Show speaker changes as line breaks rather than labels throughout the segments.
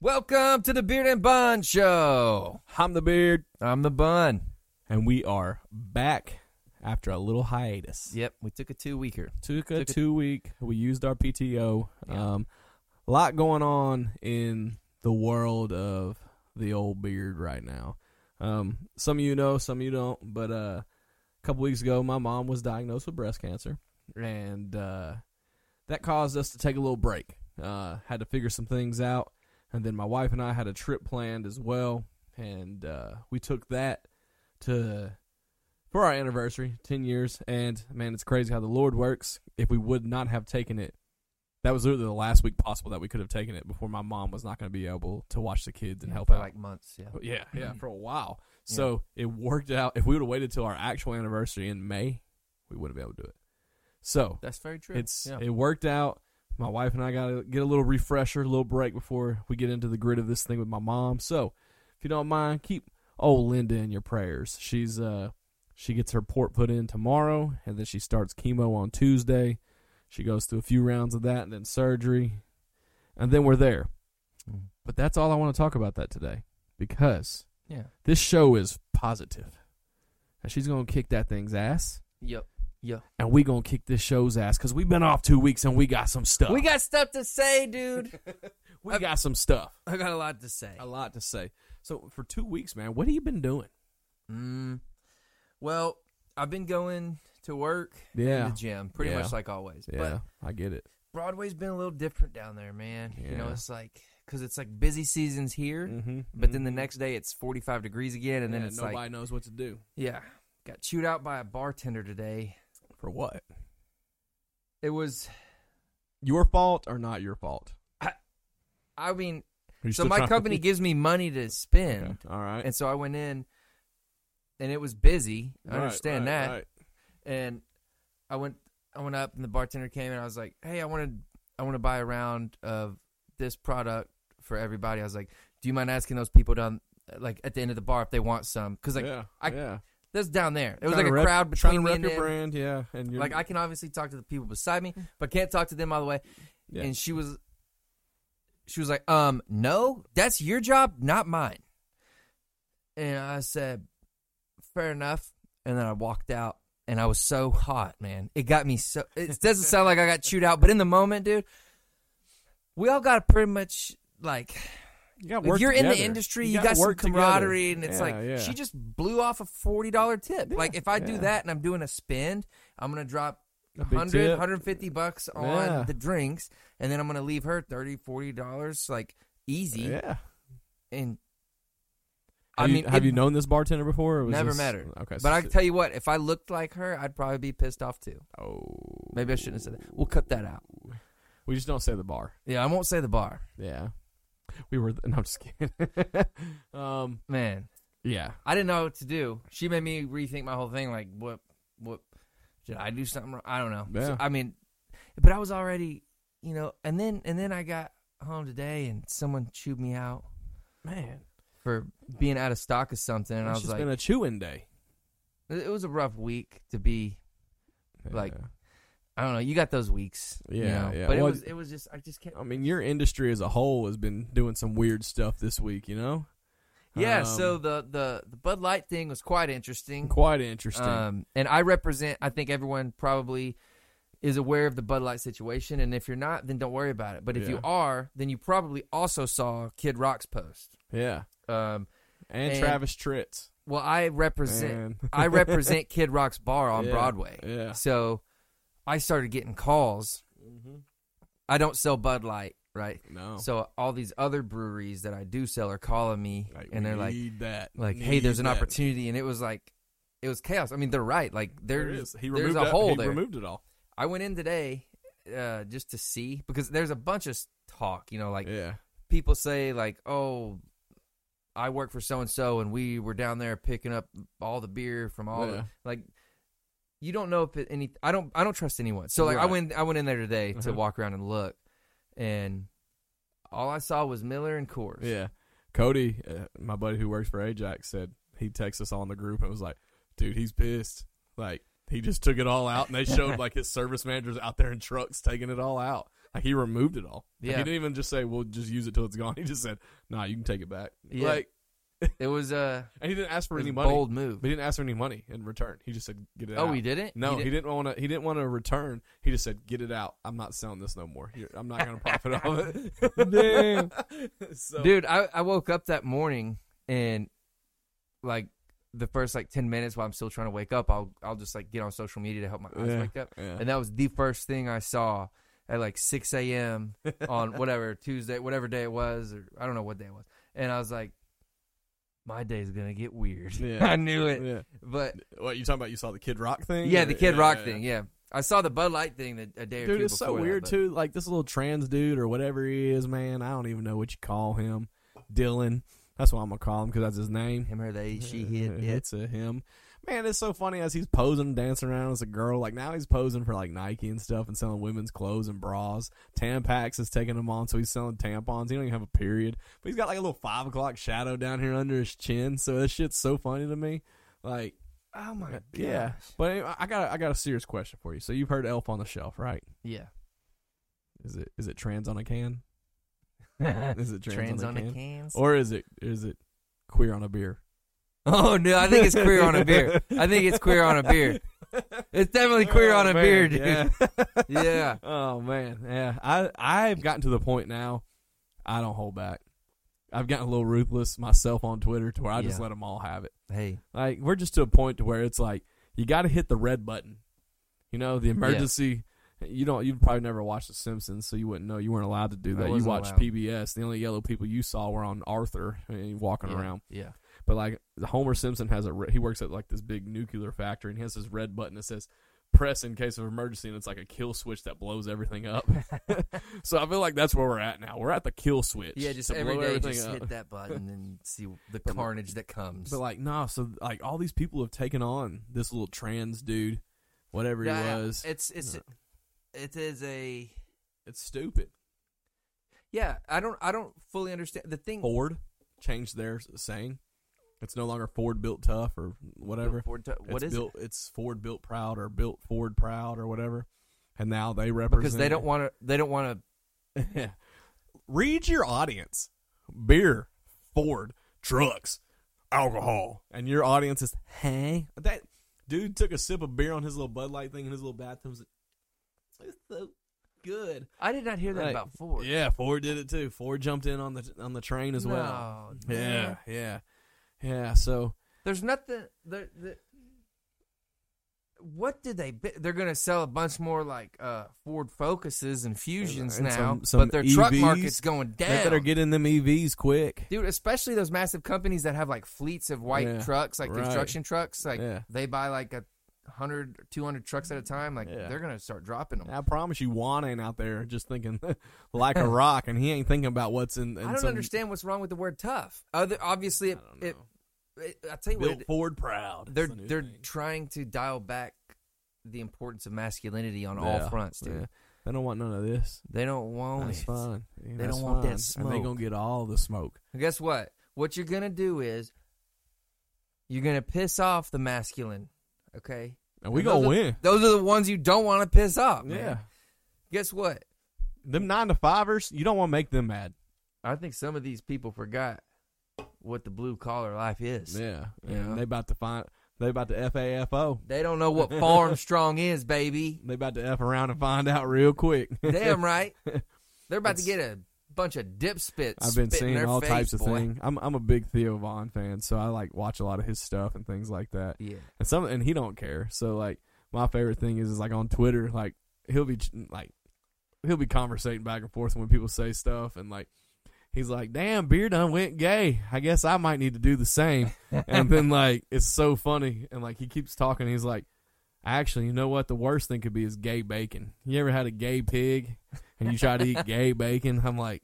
Welcome to the Beard and Bun Show.
I'm the beard,
I'm the Bun.
and we are back after a little hiatus.
Yep, we took a two weeker.
Took a
Took a-
two week. We used our PTO.
Yeah.
Um, a lot going on in the world of the old beard right now. Um, some of you know, some of you don't. But uh, a couple weeks ago, my mom was diagnosed with breast cancer, and uh, that caused us to take a little break. Uh, had to figure some things out, and then my wife and I had a trip planned as well, and uh, we took that to for our anniversary, 10 years. And man, it's crazy how the Lord works. If we would not have taken it, that was literally the last week possible that we could have taken it before my mom was not going to be able to watch the kids and help
for
out.
like months. Yeah.
yeah, Mm-hmm. yeah, for a while. So it worked out. If we would have waited till our actual anniversary in May, we wouldn't be able to do it. So
That's very true.
it's
yeah.
it worked out. My wife and I got to get a little refresher, a little break before we get into the grid of this thing with my mom. So, if you don't mind, keep old Linda in your prayers. She's uh she gets her port put in tomorrow and then she starts chemo on Tuesday. She goes through a few rounds of that and then surgery. And then we're there.
Mm.
But that's all I want to talk about that today because
yeah.
this show is positive. And she's going to kick that thing's ass.
Yep.
And we going to kick this show's ass because we've been off two weeks and we got some stuff.
We got stuff to say, dude.
we got some stuff.
I got a lot to say.
A lot to say. So for two weeks, man, what have you been doing?
Mm. Well, I've been going to work
Yeah.
and the gym pretty
Yeah.
much like always. But
I get it.
Broadway's been a little different down there, man. You know,
Yeah.
it's like because it's like busy seasons here, but then the next day it's 45 degrees again, and then it's
Mm-hmm, nobody
like,
knows what to do.
yeah, got chewed out by a bartender today.
For what?
It was,
Your fault or not your fault?
I mean, so my company gives me money to spend,
All right.
and so I went in, and it was busy. I
Right,
understand
right,
that.
right.
and I went I went up and the bartender came and I was like, "Hey, I wanted I want to buy a round of this product for everybody." I was like, "Do you mind asking those people down like at the end of the bar if they want some?" Cuz like
yeah,
I-
yeah.
that's down there. It was
Trying
like
to
a
rep-
crowd
trying to
between me
rep
and
your
them.
brand, Mm. yeah, and you're,
Like I can obviously talk to the people beside me, but can't talk to them all the way.
Yeah.
And she was she was like, "Um, no, that's your job, not mine." And I said, "Fair enough." And then I walked out and I was so hot, man. It got me so it doesn't sound like I got chewed out, but in the moment, dude, we all got pretty much like
you got
if
work
you're in the
together.
industry,
You
you,
gotta
got some
work together.
camaraderie, and it's
Yeah,
like
yeah.
she just blew off a forty dollar tip. like if I do
yeah.
that and I'm doing a spend, I'm gonna drop
A big
100,
tip.
150 bucks on
Yeah.
the drinks, and then I'm gonna leave her 30 dollars like easy.
Yeah.
And
Have
I
you,
mean,
have
it
you known this bartender before? Or was
never
this-
met her.
Okay,
but I
so-
can tell you what, if I looked like her, I'd probably be pissed off too.
Oh,
Maybe I shouldn't have said that. We'll cut that out.
we just don't say the bar.
Yeah, I won't say the bar,
Yeah, we were. No, I'm just kidding. um,
man.
yeah,
I didn't know what to do. She made me rethink my whole thing. Like, what, what, did I do something wrong? I don't know.
Yeah.
So, I mean, but I was already, you know, and then, and then I got home today and someone chewed me out
man,
for being out of stock of something. And
it's
I was
just
like,
been a chewing day.
it it was a rough week to be, Like,
Yeah.
I don't know. You got those weeks. you
Yeah,
know?
yeah.
But
Well,
it was, it was just, I just kept,
I mean, your industry as a whole has been doing some weird stuff this week. You know,
yeah.
Um,
so the, the, the Bud Light thing was quite interesting.
quite interesting.
Um, and I represent. I think everyone probably is aware of the Bud Light situation, and if you're not, then don't worry about it. But if you
Yeah.
are, then you probably also saw Kid Rock's post.
yeah,
Um,
and,
and-
Travis Tritz.
well, I represent.
Man.
I represent Kid Rock's bar on
Yeah,
Broadway.
Yeah.
So I started getting calls.
Mm-hmm.
I don't sell Bud Light, right?
No.
So all these other breweries that I do sell are calling me, and
we
they're like,
need that.
like, hey, there's an
Need that."
opportunity, and it was like, it was chaos. I mean, they're right. Like
There
there's
is. He
there's
removed
a
it-
hole
he
there.
removed it all.
I went in today uh, just to see because there's a bunch of talk, you know, like
yeah.
people say like, "Oh, I work for so and so and we were down there picking up all the beer from all the
Yeah.
like you don't know if it any I don't I don't trust anyone. So like I
Right.
went I went in there today to
Uh-huh.
walk around and look and all I saw was Miller and Coors.
Yeah. Cody, uh, my buddy who works for Ajax, said he texted us all in the group and was like, dude, he's pissed. Like, he just took it all out, and they showed like his service managers out there in trucks taking it all out. Like he removed it all. Like,
Yeah.
he didn't even just say, "We'll just use it till it's gone." He just said, "Nah, you can take it back."
Yeah.
Like,
It was uh,
and he didn't ask for
a
any money.
bold move.
But he didn't ask for any money in return. He just said, "Get it out."
Oh, he didn't.
No,
he
he,
didn't.
didn't want to. He didn't want to return. He just said, "Get it out. I'm not selling this no more. Here, I'm not going to profit off it."
Damn.
so,
dude. I I woke up that morning and like the first like ten minutes while I'm still trying to wake up, I'll I'll just like get on social media to help my eyes
Yeah.
wake up,
Yeah.
and that was the first thing I saw at like six a.m. on whatever Tuesday, whatever day it was, or I don't know what day it was, and I was like, my day's gonna get weird.
Yeah.
I knew it,
yeah.
but
What you talking about? You saw the Kid Rock thing?
yeah, the Kid
Yeah,
Rock
yeah.
thing, yeah. I saw the Bud Light thing that a day or
Dude,
two
it's so
before that,
weird
but-
too. Like this little trans dude or whatever he is, man. I don't even know what you call him. Dylan. That's what I'm gonna call him because that's his name.
Him, her, they, she, hit, it.
It's a him. Man, it's so funny as he's posing, dancing around as a girl. Like now he's posing for like Nike and stuff and selling women's clothes and bras. Tampax is taking him on, so he's selling tampons. He don't even have a period, but he's got like a little five o'clock shadow down here under his chin. So that shit's so funny to me. Like,
Oh my gosh.
yeah. But anyway, I got a, I got a serious question for you. So you've heard Elf on the Shelf, right?
Yeah.
Is it is it trans on a can? Is it trans,
Trans
on a can?
cans.
Or is it is it queer on a beer?
oh no, I think it's queer on a beer. I think it's queer on a beer. It's definitely queer on a
Oh, man,
beer, dude.
yeah.
Yeah.
Oh man, yeah. I I've gotten to the point now. I don't hold back. I've gotten a little ruthless myself on Twitter to where I just
Yeah.
let them all have it.
Hey,
Like we're just to a point to where it's like you got to hit the red button. You know the emergency. You don't. You'd probably never watched The Simpsons, so you wouldn't know. You weren't allowed to do
I
that. You
wasn't
watched
allowed.
PBS. The only yellow people you saw were on Arthur and walking
yeah,
around.
Yeah.
But like Homer Simpson has a re- he works at like this big nuclear factory and he has this red button that says press in case of emergency and it's like a kill switch that blows everything up. so I feel like that's where we're at now. We're at the kill switch.
Yeah, just
to
every
blow
day
everything
just
up.
hit that button and see the
But-
carnage that comes.
But like no, so like all these people have taken on this little trans dude, whatever
Yeah,
he was.
It's it's it is a
It's stupid.
yeah, I don't I don't fully understand the thing
Ford changed their s- saying. It's no longer Ford built tough or whatever.
Ford to- what
it's
is it?
built, It's Ford built proud or built Ford proud or whatever. And now they represent
because they don't want to they don't want to
Yeah. Read your audience. Beer, Ford, trucks, alcohol. And your audience is, hey. That dude took a sip of beer on his little Bud Light thing in his little bathroom. He's like, It's so good.
I did not hear that
Right.
about Ford.
Yeah, Ford did it too. Ford jumped in on the on the train as well.
No,
Yeah,
man.
yeah. Yeah, so
There's nothing there the what did they? bi- They're gonna sell a bunch more like uh, Ford Focuses and Fusions
And
now,
some- some
but their truck
EVs.
market's going down.
they better get in them EVs quick.
dude especially those massive companies that have like fleets of white
Yeah,
trucks like
right.
construction trucks like
Yeah.
they buy like a 100 or 200 trucks at a time like
Yeah.
they're gonna start dropping them
I promise you Juan ain't out there just thinking like a rock and he ain't thinking about what's in, in
i don't
some
understand what's wrong with the word tough other obviously it,
I don't
it,
know.
it i tell you what
built
it,
Ford proud.
they're they're trying to dial back the importance of masculinity on all fronts dude
They don't want none of this.
they don't want
That's
it
fine. Yeah,
They
that's
don't want that
fine. And they
smoke.
gonna get all the smoke.
guess what what you're gonna do is you're gonna piss off the masculine okay
And we
And
gonna
those are-
win.
those are the ones you don't want to piss off man.
Yeah.
guess what
Them nine to fivers, you don't want to make them mad.
I think some of these people forgot what the blue collar life is.
Yeah.
Yeah.
And they about to find they about to FAFO.
They don't know what farm strong is, baby.
They about to F around and find out real quick.
Damn right. They're about to
It's-
get a bunch of dip spits.
I've been
spit in
seeing
their
all
face,
types of
boy.
things. I'm I'm a big Theo Vaughn fan, so I like watch a lot of his stuff and things like that.
Yeah.
and some and he don't care. So like my favorite thing is is like on Twitter, like he'll be ch- like he'll be conversating back and forth when people say stuff and like he's like, "Damn, beer done went gay. I guess I might need to do the same." and then like it's so funny and like he keeps talking. He's like, "Actually, you know what? The worst thing could be is gay bacon. You ever had a gay pig and you try to eat gay bacon?" I'm like.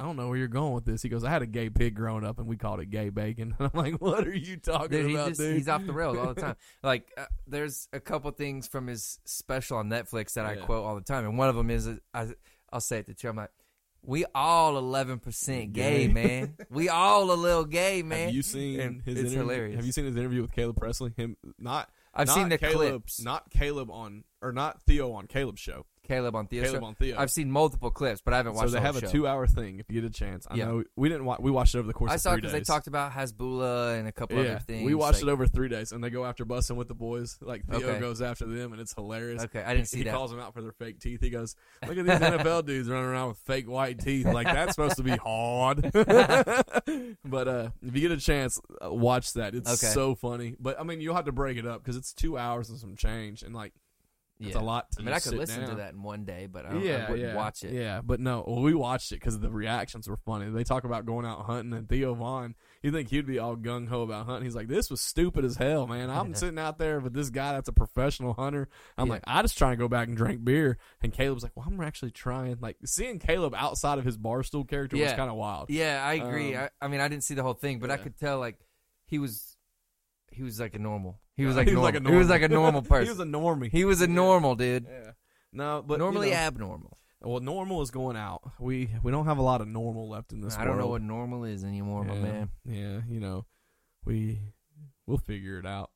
I don't know where you're going with this. He goes, I had a gay pig growing up, and we called it gay bacon. And I'm like, what are you talking
Dude, he
about,
just,
dude?
he's off the rails all the time. Like, uh, there's a couple things from his special on Netflix that I
Yeah.
quote all the time, and one of them is, uh, I, I'll say it to you, I'm like, "We all 11 percent gay,
Gay.
man. we all a little gay, man."
Have you seen
And
his?
it's
interview?
hilarious.
Have you seen his interview with Caleb Presley? Him not.
I've
not
seen the
Caleb,
clips.
Not Caleb on or not Theo on Caleb's show.
Caleb on Theo.
Caleb
show.
on Theo.
I've seen multiple clips, but I haven't
so
watched.
they
the whole
have a
show.
two-hour thing if you get a chance. I
Yeah.
know we didn't watch. We watched it over the course.
I
of
saw
because
they talked about Hasbullah and a couple
Yeah,
other things.
we watched it
like-
over three days, and they go after busting with the boys. Like Theo
Okay.
goes after them, and it's hilarious.
Okay, I didn't see
he
that.
calls them out for their fake teeth. He goes, "Look at these NFL dudes running around with fake white teeth. Like that's supposed to be hard." but uh, if you get a chance, uh, watch that. It's
Okay.
so funny. But I mean, you'll have to break it up because it's two hours and some change, and like it's
Yeah.
a lot. To
I mean, I
just
could
sit
listen to
down.
that in one day, but I, don't,
yeah,
I wouldn't
yeah,
watch it.
Yeah, but no, well, we watched it because the reactions were funny. They talk about going out hunting, and Theo Vaughn, you think he'd be all gung ho about hunting? He's like, "This was stupid as hell, man. I'm sitting out there with this guy that's a professional hunter. I'm
Yeah.
like, I just trying to go back and drink beer." And Caleb's like, "Well, I'm actually trying." Like seeing Caleb outside of his barstool character was
Yeah.
kind of wild.
Yeah, I agree.
Um,
I, I mean, I didn't see the whole thing, but I
yeah.
could tell like he was, he was like a normal. He was like,
He was
normal.
like a
He was like
normal.
a normal person.
he was a normie.
He was a normal dude.
yeah. No, but you
Normally
know,
abnormal.
well, normal is going out. We we don't have a lot of normal left in this.
I don't know
world.
what normal is anymore, my
yeah.
man.
Yeah, you know, we we'll figure it out.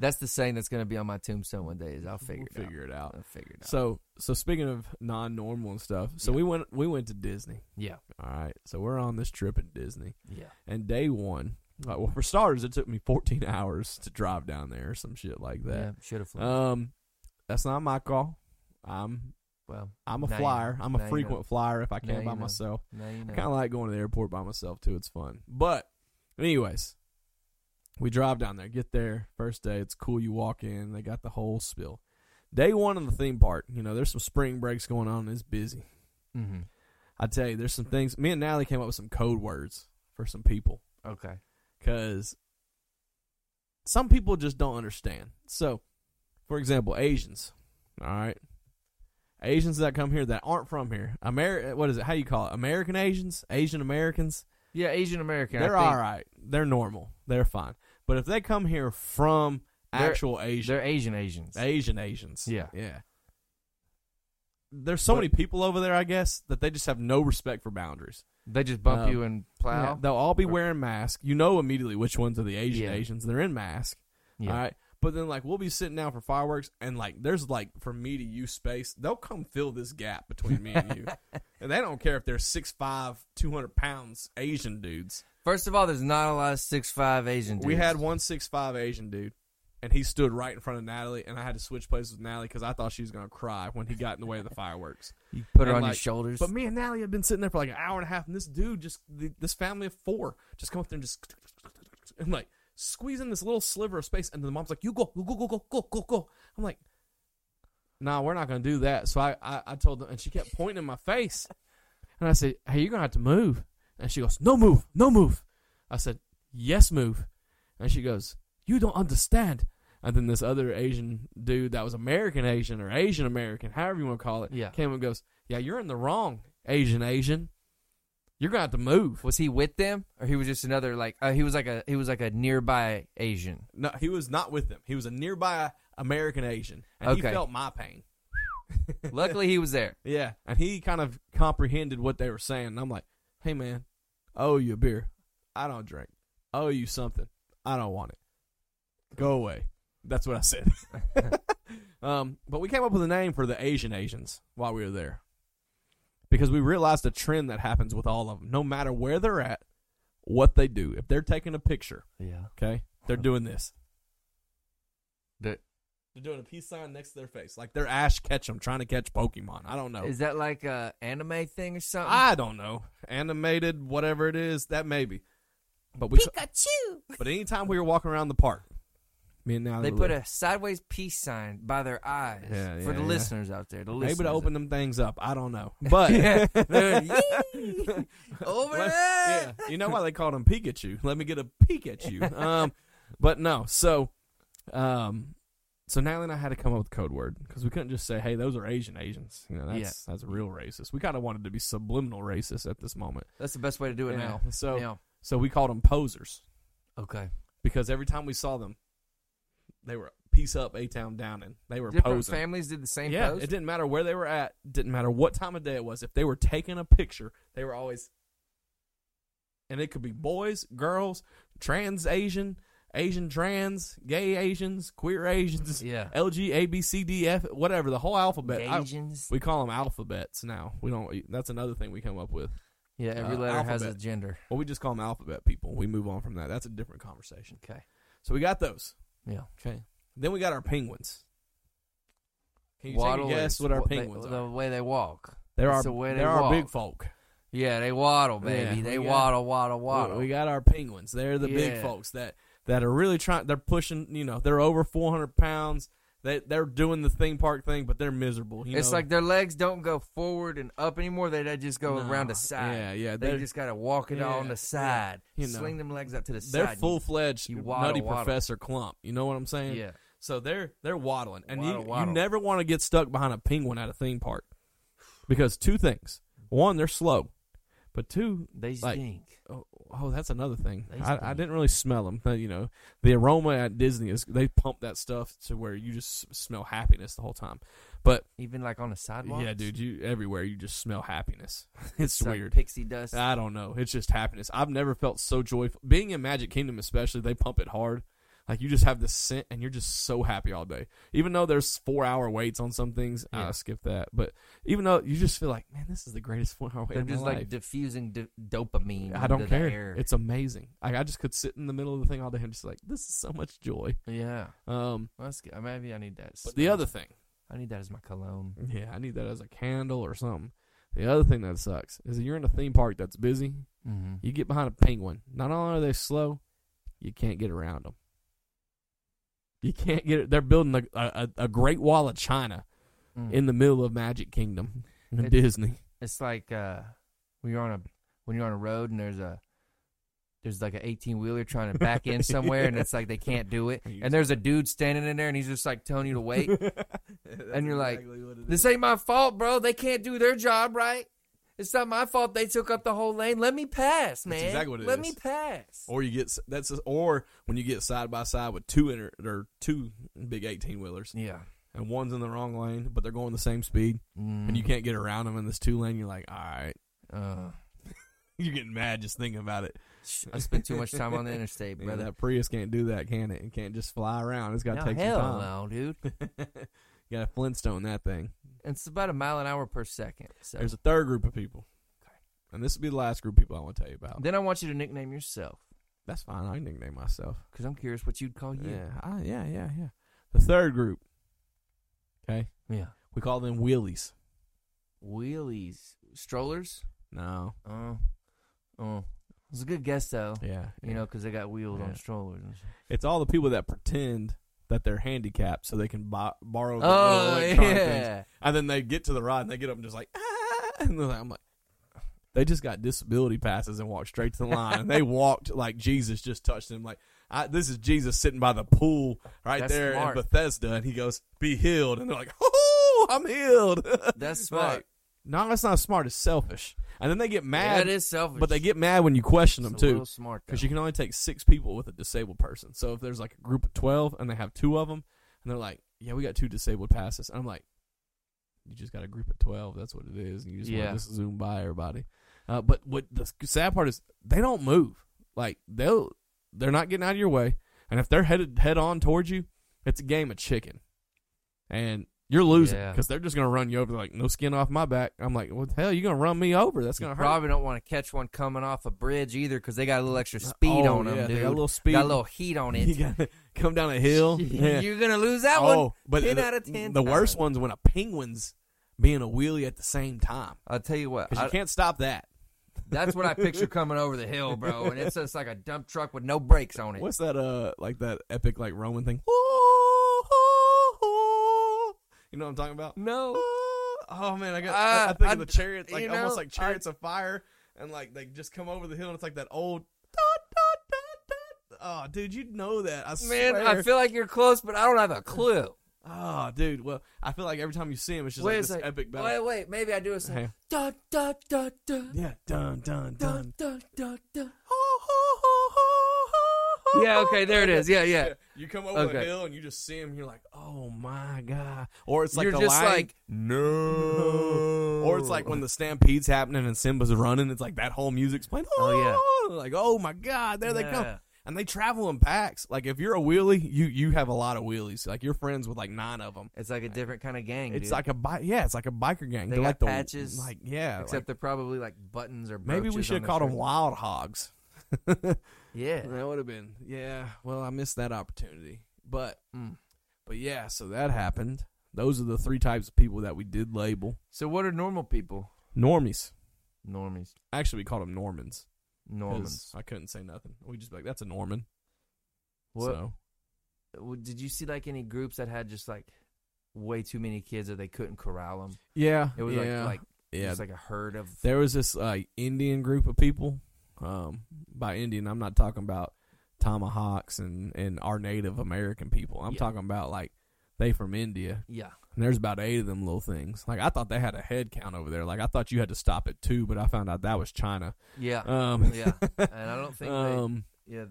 That's the saying that's going to be on my tombstone one day. Is I'll figure
we'll
it
figure it
out.
out.
I'll figure it out.
So so speaking of non-normal and stuff, so
Yeah.
we went we went to Disney.
yeah,
All right, so we're on this trip at Disney,
yeah,
and day one, like, well, for starters, it took me 14 hours to drive down there or some shit like
yeah.
that.
Should have flown.
Um, that's not my call. I'm
well,
I'm a
Now you-
flyer. I'm a
now you know.
frequent flyer if I
Now
can
you
by
know.
myself.
now you
I
know.
kind of like going to the airport by myself too. It's fun. But, anyways, we drive down there, get there. First day, it's cool. You walk in, they got the whole spill. Day one in the theme park, you know, there's some spring breaks going on. And it's busy.
Mhm.
I tell you, there's some things. Me and Natalie came up with some code words for some people
Okay.
because some people just don't understand. So, for example, Asians. All right. Asians that come here that aren't from here. Amer- what is it? How you call it? American Asians? Asian Americans?
Yeah, Asian American.
They're
I think
all right. They're normal. They're fine. But if they come here from
They're-
actual Asian,
They're Asian Asians.
Asian Asians,
Yeah.
yeah. There's so
But-
many people over there, I guess, that they just have no respect for boundaries.
They just bump
Um,
you and plow.
They'll all be
Or-
wearing masks. You know immediately which ones are the Asian
Yeah.
Asians. They're in mask.
Yeah.
All right. But then, like, we'll be sitting down for fireworks, and like, there's like from me to you space. They'll come fill this gap between me and you, and they don't care if they're 6'5", 200 pounds Asian dudes.
First of all, there's not a lot of six five Asian. Dudes.
We had one six five Asian dude, and he stood right in front of Natalie, and I had to switch places with Natalie because I thought she was gonna cry when he got in the way of the fireworks.
You put her
and,
on your
like,
shoulders.
But me and Natalie had been sitting there for like an hour and a half, and this dude just th- this family of four just come up there and just and like squeezing this little sliver of space, and the mom's like, "You go, you go, go, go, go, go, go." I'm like. Nah, we're not gonna do that. So I, I, I told them, and she kept pointing in my face, and I said, "Hey, you're gonna have to move." And she goes, "No move, no move." I said, "Yes, move." And she goes, You don't understand. And then this other Asian dude that was American Asian or Asian American, however you want to call it,
Yeah.
came and goes, Yeah, you're in the wrong Asian Asian. You're gonna have to move.
was he with them, or he was just another like? Uh, he was like a he was like a nearby Asian.
No, he was not with them. He was a nearby American Asian. And he
Okay.
felt my pain.
Luckily, he was there.
Yeah. And he kind of comprehended what they were saying. And I'm like, Hey man, I owe you a beer. I don't drink. I owe you something. I don't want it. Go away. That's what I said. um, but we came up with a name for the Asian Asians while we were there because we realized a trend that happens with all of them, no matter where they're at, what they do. If they're taking a picture,
Yeah.
okay, they're doing this.
The-
They're doing a peace sign next to their face, like they're Ash Ketchum trying to catch Pokemon. I don't know.
Is that like a anime thing or something?
I don't know. Animated, whatever it is, that may be. But we,
Pikachu.
but anytime we were walking around the park, me and now
They put a sideways peace sign by their eyes
Yeah,
for
yeah,
the
yeah.
listeners out there. The listeners
maybe to open them things up. I don't know, but
Yeah. They're, "Yee, over
Let-
there.
yeah, you know why they called him Pikachu. Let me get a Pikachu. Um, but no, so, um, so Natalie and I had to come up with a code word because we couldn't just say, "Hey, those are Asian Asians." You know, that's that's real racist. We kind of wanted to be subliminal racist at this moment.
That's the best way to do it
Yeah,
now.
So
Yeah.
so we called them posers
Okay.
because every time we saw them, they were piece up, a town down, and they were
Different
posing.
families did the same
yeah,
pose.
it didn't matter where they were at. Didn't matter what time of day it was. If they were taking a picture, they were always, and it could be boys, girls, trans Asian, Asian trans, gay Asians, queer Asians,
Yeah.
L G A B C D F, whatever the whole alphabet. I-
Asians.
we call them alphabets now. We don't. That's another thing we come up with.
Yeah, every
uh,
letter has a
alphabet.
gender.
Well, we just call them alphabet people. We move on from that. That's a different conversation.
Okay.
So we got those.
Yeah.
Okay. Then we got our penguins. Can you
Waddle
take a guess
is
what our
they-
penguins
The
are?
way they walk.
They're
it's
our
the way they
they're our
walk.
big folk.
Yeah, they waddle,
Yeah,
baby.
we
they
got-
waddle, waddle, waddle.
We, we got our penguins. They're the big
Yeah.
folks that that are really trying. They're pushing. You know, they're over four hundred pounds. They they're doing the theme park thing, but they're miserable. You
it's
know?
like their legs don't go forward and up anymore. They, they just go
No.
around the side.
Yeah, yeah.
They
They're,
just gotta walk it on
Yeah,
the side.
yeah, you know.
Sling them legs up to the side.
they're full fledged
you waddle,
nutty
waddle.
professor clump. You know what I'm saying?
Yeah.
So they're they're waddling, and
Waddle,
you
waddle.
you never want to get stuck behind a penguin at a theme park because two things: one, they're slow, but two,
They
Like-
stink.
oh, oh, that's another thing.
They stink.
I, I didn't really smell them. You know, the aroma at Disney is they pump that stuff to where you just s- smell happiness the whole time. But
Even like on the sidewalk.
yeah, dude, you everywhere you just smell happiness. It's,
It's like
weird. Ah,
pixie dust.
I don't know. It's just happiness. I've never felt so joyful. Being in Magic Kingdom, especially, they pump it hard. Like you just have this scent, and you're just so happy all day. Even though there's four hour waits on some things,
Yeah.
I skip that. But even though you just feel like, man, this is the greatest four hour wait.
They're
of my
just like
life."
diffusing d- dopamine.
I don't
into the
care.
air.
It's amazing. Like I just could sit in the middle of the thing all day and just like, this is so much joy.
yeah.
Um,
Well, that's good. Maybe I need that.
but the
smell.
other thing,
I need that as my cologne.
yeah, I need that as a candle or something. The other thing that sucks is that you're in a theme park that's busy.
Mm-hmm.
You get behind a penguin. Not only are they slow, you can't get around them. You can't get it. They're building a, a, a great wall of China
Mm.
in the middle of Magic Kingdom in
It-
Disney.
it's like uh, when you're on a when you're on a road and there's a there's like an 18 wheeler trying to back in somewhere and it's like they can't do it and there's a dude standing in there and he's just like telling you to wait
and
you're like, this ain't my fault bro they can't do their job right it's not my fault they took up the whole lane let me pass man
exactly what it
let
is.
me pass
Or you get s- that's a- or when you get side by side with two inter, or two big eighteen wheelers
yeah
and one's in the wrong lane, but they're going the same speed, and
Mm-hmm.
you can't get around them in this two lane. You're like, all right,
Mm, uh,
you're getting mad just thinking about it.
sh- I spent too much time on the interstate
Yeah,
brother
that Prius can't do that, can it? It can't just fly around. It's got to
No,
take some
hell
time.
no dude
you got to Flintstone that thing.
it's about a mile an hour per second so
There's a third group of people, and this will be the last group of people I want to tell you about.
then I want you to nickname yourself
That's fine. I can nickname myself.
because I'm curious what you'd call you
Yeah, I, yeah, yeah, yeah. The third group. Okay,
yeah.
we call them wheelies.
wheelies, strollers.
No.
Oh, oh, it was a good guess though.
Yeah.
You know, because they got wheels
Yeah.
on strollers. and shit.
It's all the people that pretend that they're handicapped so they can bo- borrow the little
Oh
electronic things.
yeah,
And then they get to the ride and they get up and just like, ah! And they're like, I'm like, they just got disability passes and walked straight to the line. and they walked like Jesus just touched them. Like, I, this is Jesus sitting by the pool right
That's
there
smart.
in Bethesda. And he goes, be healed. And they're like, oh, I'm healed.
that's smart.
Like, no, that's not smart. It's selfish. And then they get
That
mad.
is selfish.
but they get mad when you question them
It's a
too.
little smart though.
Because you can only take six people with a disabled person. So if there's like a group of 12 and they have two of them, and they're like, yeah, we got two disabled passes. And I'm like, you just got a group of 12. That's what it is. And you just
Yeah.
want to zoom by everybody. Uh, but what the s- sad part is, they don't move. Like, they'll, they're not getting out of your way. And if they're headed head on towards you, it's a game of chicken. And you're losing
Yeah.
because they're just going to run you over. They're like, no skin off my back. I'm like, well, hell, you're going to run me over. That's
You
going to hurt.
probably don't want to catch one coming off a bridge either because they got a little extra speed
Oh,
on them,
yeah,
dude.
They got a little speed.
Got a little heat on
You
it.
gotta come down a hill. Yeah.
You're gonna lose that one.
Oh, but
10
the,
out of 10
The worst
times.
one's when a penguin's being a wheelie at the same time
I'll tell you what.
because you
I-
can't stop that.
that's what I picture coming over the hill, bro. And it's just like a dump truck with no brakes on it.
What's that? Uh, like that epic like Roman thing. You know what I'm talking about?
No.
Oh man, I got. I,
Uh,
I think
I-
of the chariots, like
you know,
almost like chariots of fire, and like they just come over the hill, and it's like that old. dot, dot, dot, dot. Oh, dude, you know that. I
Man,
swear.
I feel like you're close, but I don't have a clue.
Oh, dude. Well, I feel like every time you see him, it's just like
Wait a
this
sec.
epic battle.
Wait, wait, maybe I do a
Hey.
second. Da da da da
Yeah, dun dun
da da da da.
Yeah,
Yeah, okay, there it is. Yeah, yeah.
Yeah. You come over the
Okay.
hill and you just see him. You're like, oh my god. Or it's like
You're
the
just
lion.
like no.
or it's like when the stampede's happening and Simba's running. It's like that whole music's playing.
Oh, yeah.
Like oh my god, there they come.
Yeah.
and they travel in packs. Like if you're a wheelie, you you have a lot of wheelies. Like you're friends with like nine of them.
It's like a different kind of gang.
It's
dude.
like a bike. Yeah, it's like a biker gang.
They
are
got
like the,
patches,
Like yeah.
except
like,
they're probably like buttons or
maybe we
brooches
should
on
have called
their
them
shirt.
Wild Hogs.
Yeah.
That would have been yeah. Well, I missed that opportunity, but
Mm.
but yeah. So that happened. Those are the three types of people that we did label
So what are normal people?
normies.
Normies.
Actually, we called them Normans. 'cause
Normans.
I couldn't say nothing. We just be like that's a Norman.
What
So
well, did you see? Like any groups that had just like way too many kids, or they couldn't corral them.
yeah,
It was
yeah,
like like
yeah.
just like a herd of
there was this like Indian group of people. Um, by Indian, I'm not talking about tomahawks and and our Native American people. I'm
Yeah.
talking about like they from India.
yeah.
And there's about eight of them little things. Like I thought they had a head count over there. Like I thought you had to stop at two, but I found out that was China.
Yeah.
Um,
yeah. And I don't think
um,
they, yeah.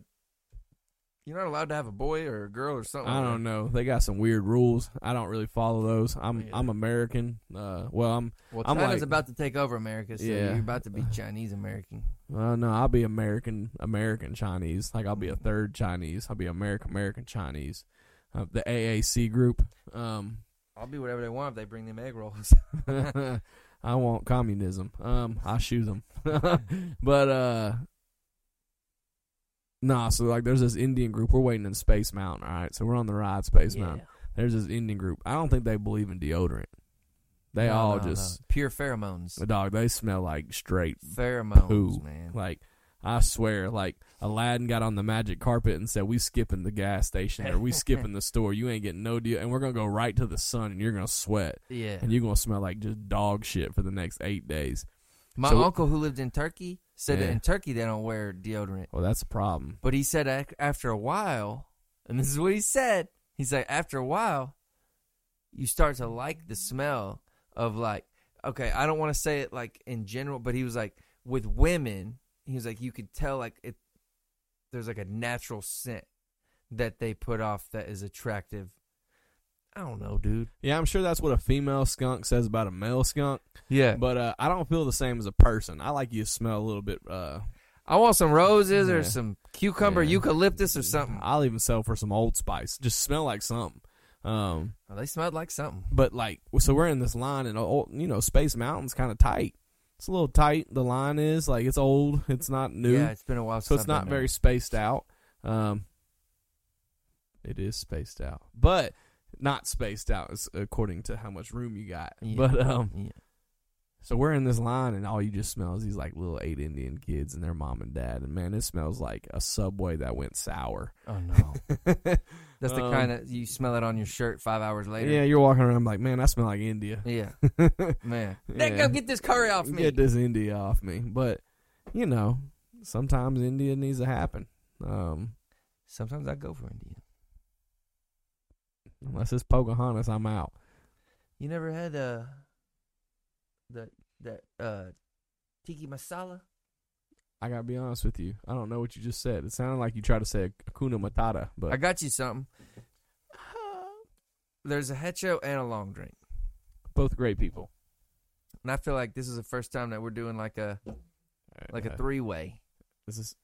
You're not allowed to have a boy or a girl or something.
I
like
don't know. They got some weird rules. I don't really follow those. I'm
Yeah.
I'm American. Uh, well, I'm
that. Well,
I'm
China's
like-
about to take over America, so
Yeah.
you're about to be Chinese American.
Well, uh, no, I'll be American, American Chinese. Like I'll be a third Chinese. I'll be American, American Chinese. Uh, the AAC group. Um,
I'll be whatever they want if they bring them egg rolls.
I want communism. Um, I shoot them. but uh, nah. So like, there's this Indian group. We're waiting in Space Mountain. All right, so we're on the ride Space Mountain. There's this Indian group. I don't think they believe in deodorant. They
No,
all
no, no.
just
pure pheromones.
dog. They smell like straight
Pheromones,
poo.
man.
Like I swear, like Aladdin got on the magic carpet and said, "We skipping the gas station or we skipping the store. You ain't getting no deal, and we're gonna go right to the sun, and you're gonna sweat,
yeah.
and you're gonna smell like just dog shit for the next eight days."
My
So-
uncle who lived in Turkey said
Yeah.
that in Turkey they don't wear deodorant.
Well, that's a problem.
But he said ac- after a while, and this is what he said. He's like, after a while, you start to like the smell of like, okay, I don't want to say it like in general, but he was like, with women, he was like, you could tell like it, there's like a natural scent that they put off that is attractive. I don't know, dude.
Yeah, I'm sure that's what a female skunk says about a male skunk,
Yeah.
but uh, I don't feel the same as a person. I like you to smell a little bit. Uh,
I want some roses
Yeah.
or some cucumber
Yeah.
eucalyptus or something.
I'll even sell for some Old Spice. Just smell like something. Um,
Oh, they smelled like something.
but like so we're in this line and old, you know space mountain's kind of tight it's a little tight the line is like it's old it's not new
Yeah, it's been a while.
so
since
it's
I've
not
been
very spaced out um it is spaced out but not spaced out is according to how much room you got
Yeah.
but um
there. Yeah.
so we're in this line and all you just smell is these like little eight indian kids and their mom and dad and man it smells like a subway that went sour
Oh no, that's the
Um,
kind of you smell it on your shirt five hours later.
yeah you're walking around like man i smell like india
yeah, man.
Yeah.
Let go get this curry off me.
Get this India off me. But you know, sometimes India needs to happen. Um,
Sometimes I go for Indian.
unless it's Pocahontas, I'm out.
You never had uh the that uh tiki masala?
I gotta be honest with you. I don't know what you just said. It sounded like you tried to say Akuna Matata, but
I got you something. There's a hecho and a long drink,
both great people.
and I feel like this is the first time that we're doing like a like a
Uh,
three way.
This is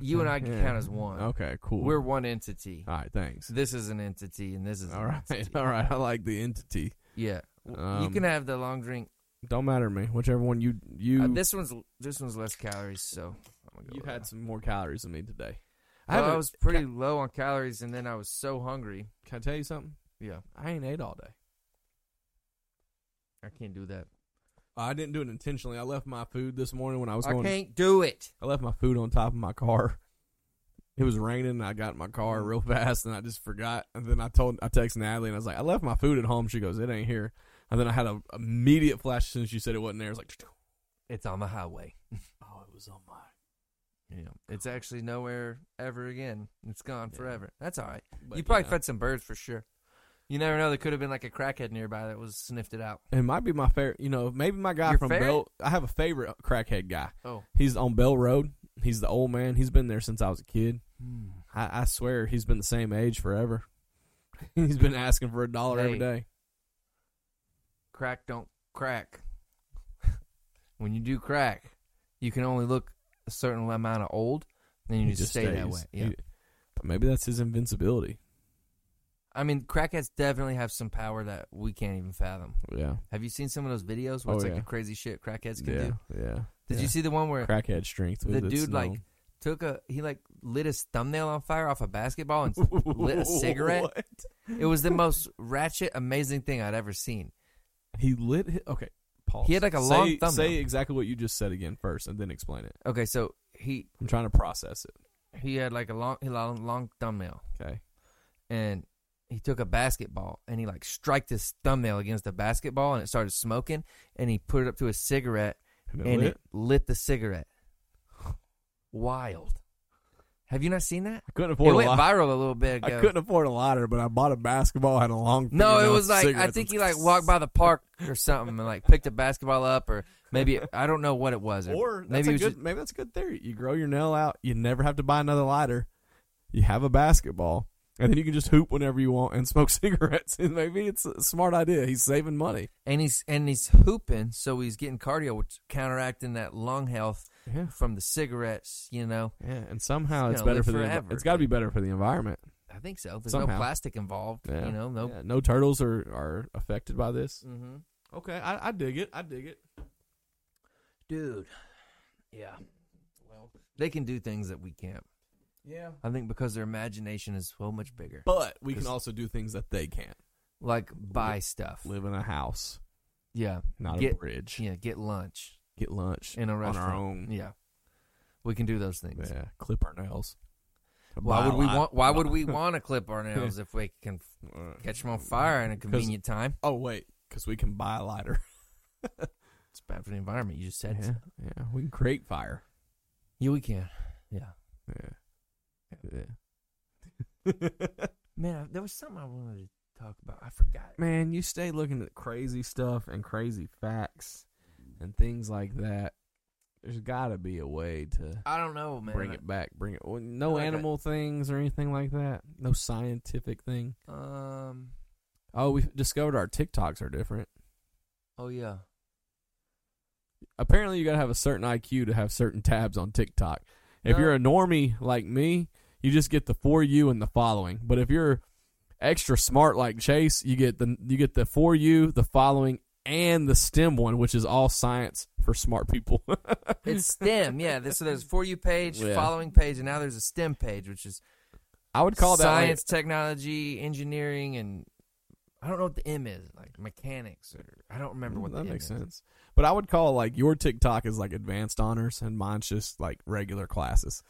You and I can
Yeah.
count as one.
Okay, cool.
We're one entity.
all right. Thanks.
This is an entity, and this is
All
an
right,
entity.
all right. I like the entity.
Yeah, W- you
Um,
can have the long drink.
Don't matter to me. Whichever one you you
Uh, this one's this one's less calories, so I'm gonna go
you've
with
had
that.
some more calories than me today. I
Well, I,
haven't-
was pretty low on calories, and then I was so hungry.
Can I tell you something?
Yeah,
I ain't ate all day.
I can't do that.
I didn't do it intentionally. I left my food this morning when I was
I
going.
can't do it.
I left my food on top of my car. It was raining. and I got in my
Mm-hmm.
car real fast, and I just forgot. And then I told, I texted Natalie, and I was like, "I left my food at home." She goes, "It ain't here." And then I had a immediate flash as soon as you said it wasn't there. It's like,
It's on the highway.
"Oh, it was on my."
Yeah, it's actually nowhere ever again. It's gone
Yeah.
forever. That's all right.
But,
you probably
know,
fed some birds for sure. You never know. There could have been like a crackhead nearby that was sniffed it out.
It might be my favorite. You know, maybe my guy
Your
from
favorite?
Bell. I have a favorite crackhead guy.
Oh,
He's on Bell Road. He's the old man. He's been there since I was a kid.
Hmm.
I, I swear, he's been the same age forever. he's been asking for a dollar every
Hey.
day.
crack don't crack. when you do crack, you can only look a certain amount of old, Then you
He
just, stay that way.
stays.
Yeah.
He- but maybe that's his invincibility.
I mean, crackheads definitely have some power that we can't even fathom.
Yeah.
Have you seen some of those videos where
Oh,
it's like
yeah.
the crazy shit crackheads can
yeah.
do?
Yeah.
Did
yeah.
you see the one where
crackhead strength?
the
with its
dude like
known-
took a he like lit his thumbnail on fire off a basketball and lit a cigarette?
What?
it was the most ratchet, amazing thing I'd ever seen.
He lit. His, okay. Pause.
He had, like, a
say,
long thumbnail.
Say exactly what you just said again first, and then explain it.
Okay, so he
I'm trying to process it.
he had like a long he had a long thumbnail
Okay.
and he took a basketball and he like striked his thumbnail against the basketball and it started smoking and he put it up to his cigarette
And, it
and
lit?
it lit the cigarette. Wild. Have you not seen that?
I couldn't
It
afford a
went
lot.
viral a little bit
I
ago.
couldn't afford a lighter, but I bought a basketball. Had a long.
No, it
fingernail
was like I
cigarette.
think he like walked by the park or something and like picked a basketball up or maybe I don't know what it was
Or that's
maybe
a
it was
good, maybe that's a good theory. You grow your nail out. You never have to buy another lighter. You have a basketball, and then you can just hoop whenever you want and smoke cigarettes. And maybe it's a smart idea. He's saving money.
and he's and he's hooping so he's getting cardio which counteracting that lung health
Yeah,
from the cigarettes, you know.
yeah. And somehow
He's
it's
gonna
better
live
for the.
forever,
It's got to be
dude.
better for the environment.
I think so. There's no
Somehow.
plastic involved,
Yeah.
you know, no
Yeah, no turtles are are affected by this.
hmm
Okay, I, I dig it. I dig it.
Dude. Yeah. Well, they can do things that we can't.
Yeah.
I think because their imagination is so much bigger.
But we can
Just-
also do things that they can't.
Like buy stuff.
Live in a house,
Yeah.
not a
Get-
bridge.
Yeah, get lunch
Get lunch
in a
on
restaurant.
our own.
Yeah. We can do those things.
Yeah, clip our nails.
Why would we want why would we want to clip our nails if we can
want
catch them on fire in a convenient time?
Oh wait, because we can buy a lighter.
It's bad for the environment. You just said
yeah,
so.
yeah, we can create fire.
Yeah, we can. Yeah.
Yeah, yeah.
Man, I- there was something I wanted to talk about. I forgot.
Man, you stay looking at crazy stuff and crazy facts and things like that. There's got to be a way to
I don't know, man.
bring it back. Bring it. well, No
like a-
animal things or anything like that. No scientific thing.
Um.
Oh, we discovered our TikToks are different.
Oh yeah.
apparently you gotta have a certain IQ to have certain tabs on TikTok. If
No.
you're a normie like me, you just get the for you and the following. But if you're extra smart like Chase, you get the you get the for you, the following, and the STEM one, which is all science for smart people.
It's STEM, yeah. There's, so there's for you page,
Yeah.
following page, and now there's a STEM page, which is
I would call that like-
science, technology, engineering, and I don't know what the M is, like mechanics, or I don't remember what
that
the
makes
M is.
sense. But I would call like your TikTok is like advanced honors and mine's just like regular classes.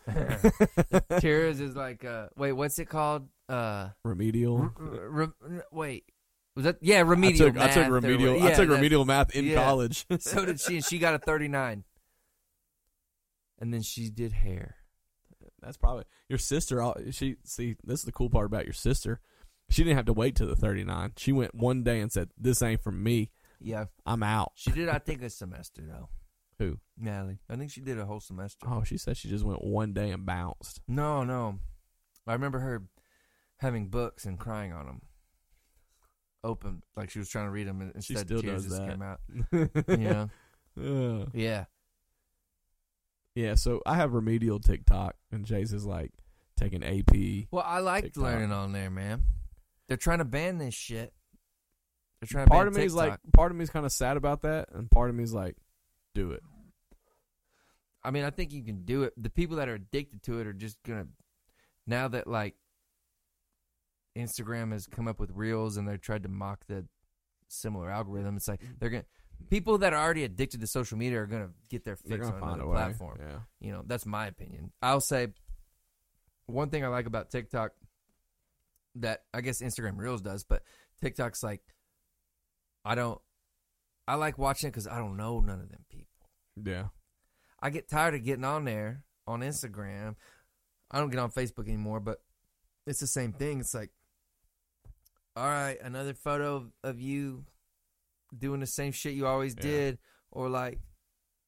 Tira's is like, uh, wait, what's it called? Uh,
Remedial.
r- r- r- wait, was that yeah? Remedial.
I took, I
math
took
or
remedial.
what-
I
yeah,
took
that's-
remedial math in
yeah.
college.
So did she, and she got a 39. And then she did hair.
That's probably your sister. all- She see this is the cool part about your sister. She didn't have to wait till the thirty nine. She went one day and said, "This ain't for me.
Yeah,
I'm out."
she did. I think a semester though.
Who?
Natalie. I think she did a whole semester.
Oh, she said she just went one day and bounced.
No, no. I remember her having books and crying on them. Open, like she was trying to read them, and
She
instead
still
tears
does
just
that.
came out. You
yeah.
know? yeah.
yeah. So I have remedial TikTok, and Jay's is like taking AP.
Well, I liked
TikTok.
learning on there, man. They're trying to ban this shit. They're trying to
Part
ban
of me is
TikTok.
like, part of me is kind of sad about that, and part of me is like, do it.
I mean, I think you can do it. The people that are addicted to it are just gonna now that like Instagram has come up with reels and they tried to mock the similar algorithm. It's like they're gonna people that are already addicted to social media are gonna get their
They're
fix on
gonna find
another
a way.
platform.
Yeah.
You know, that's my opinion. I'll say one thing I like about TikTok that I guess Instagram Reels does, but TikTok's like I don't. I like watching it because I don't know none of them people.
Yeah.
I get tired of getting on there on Instagram. I don't get on Facebook anymore, but it's the same thing. It's like, all right, another photo of, of you doing the same shit you always
Yeah.
did, or like,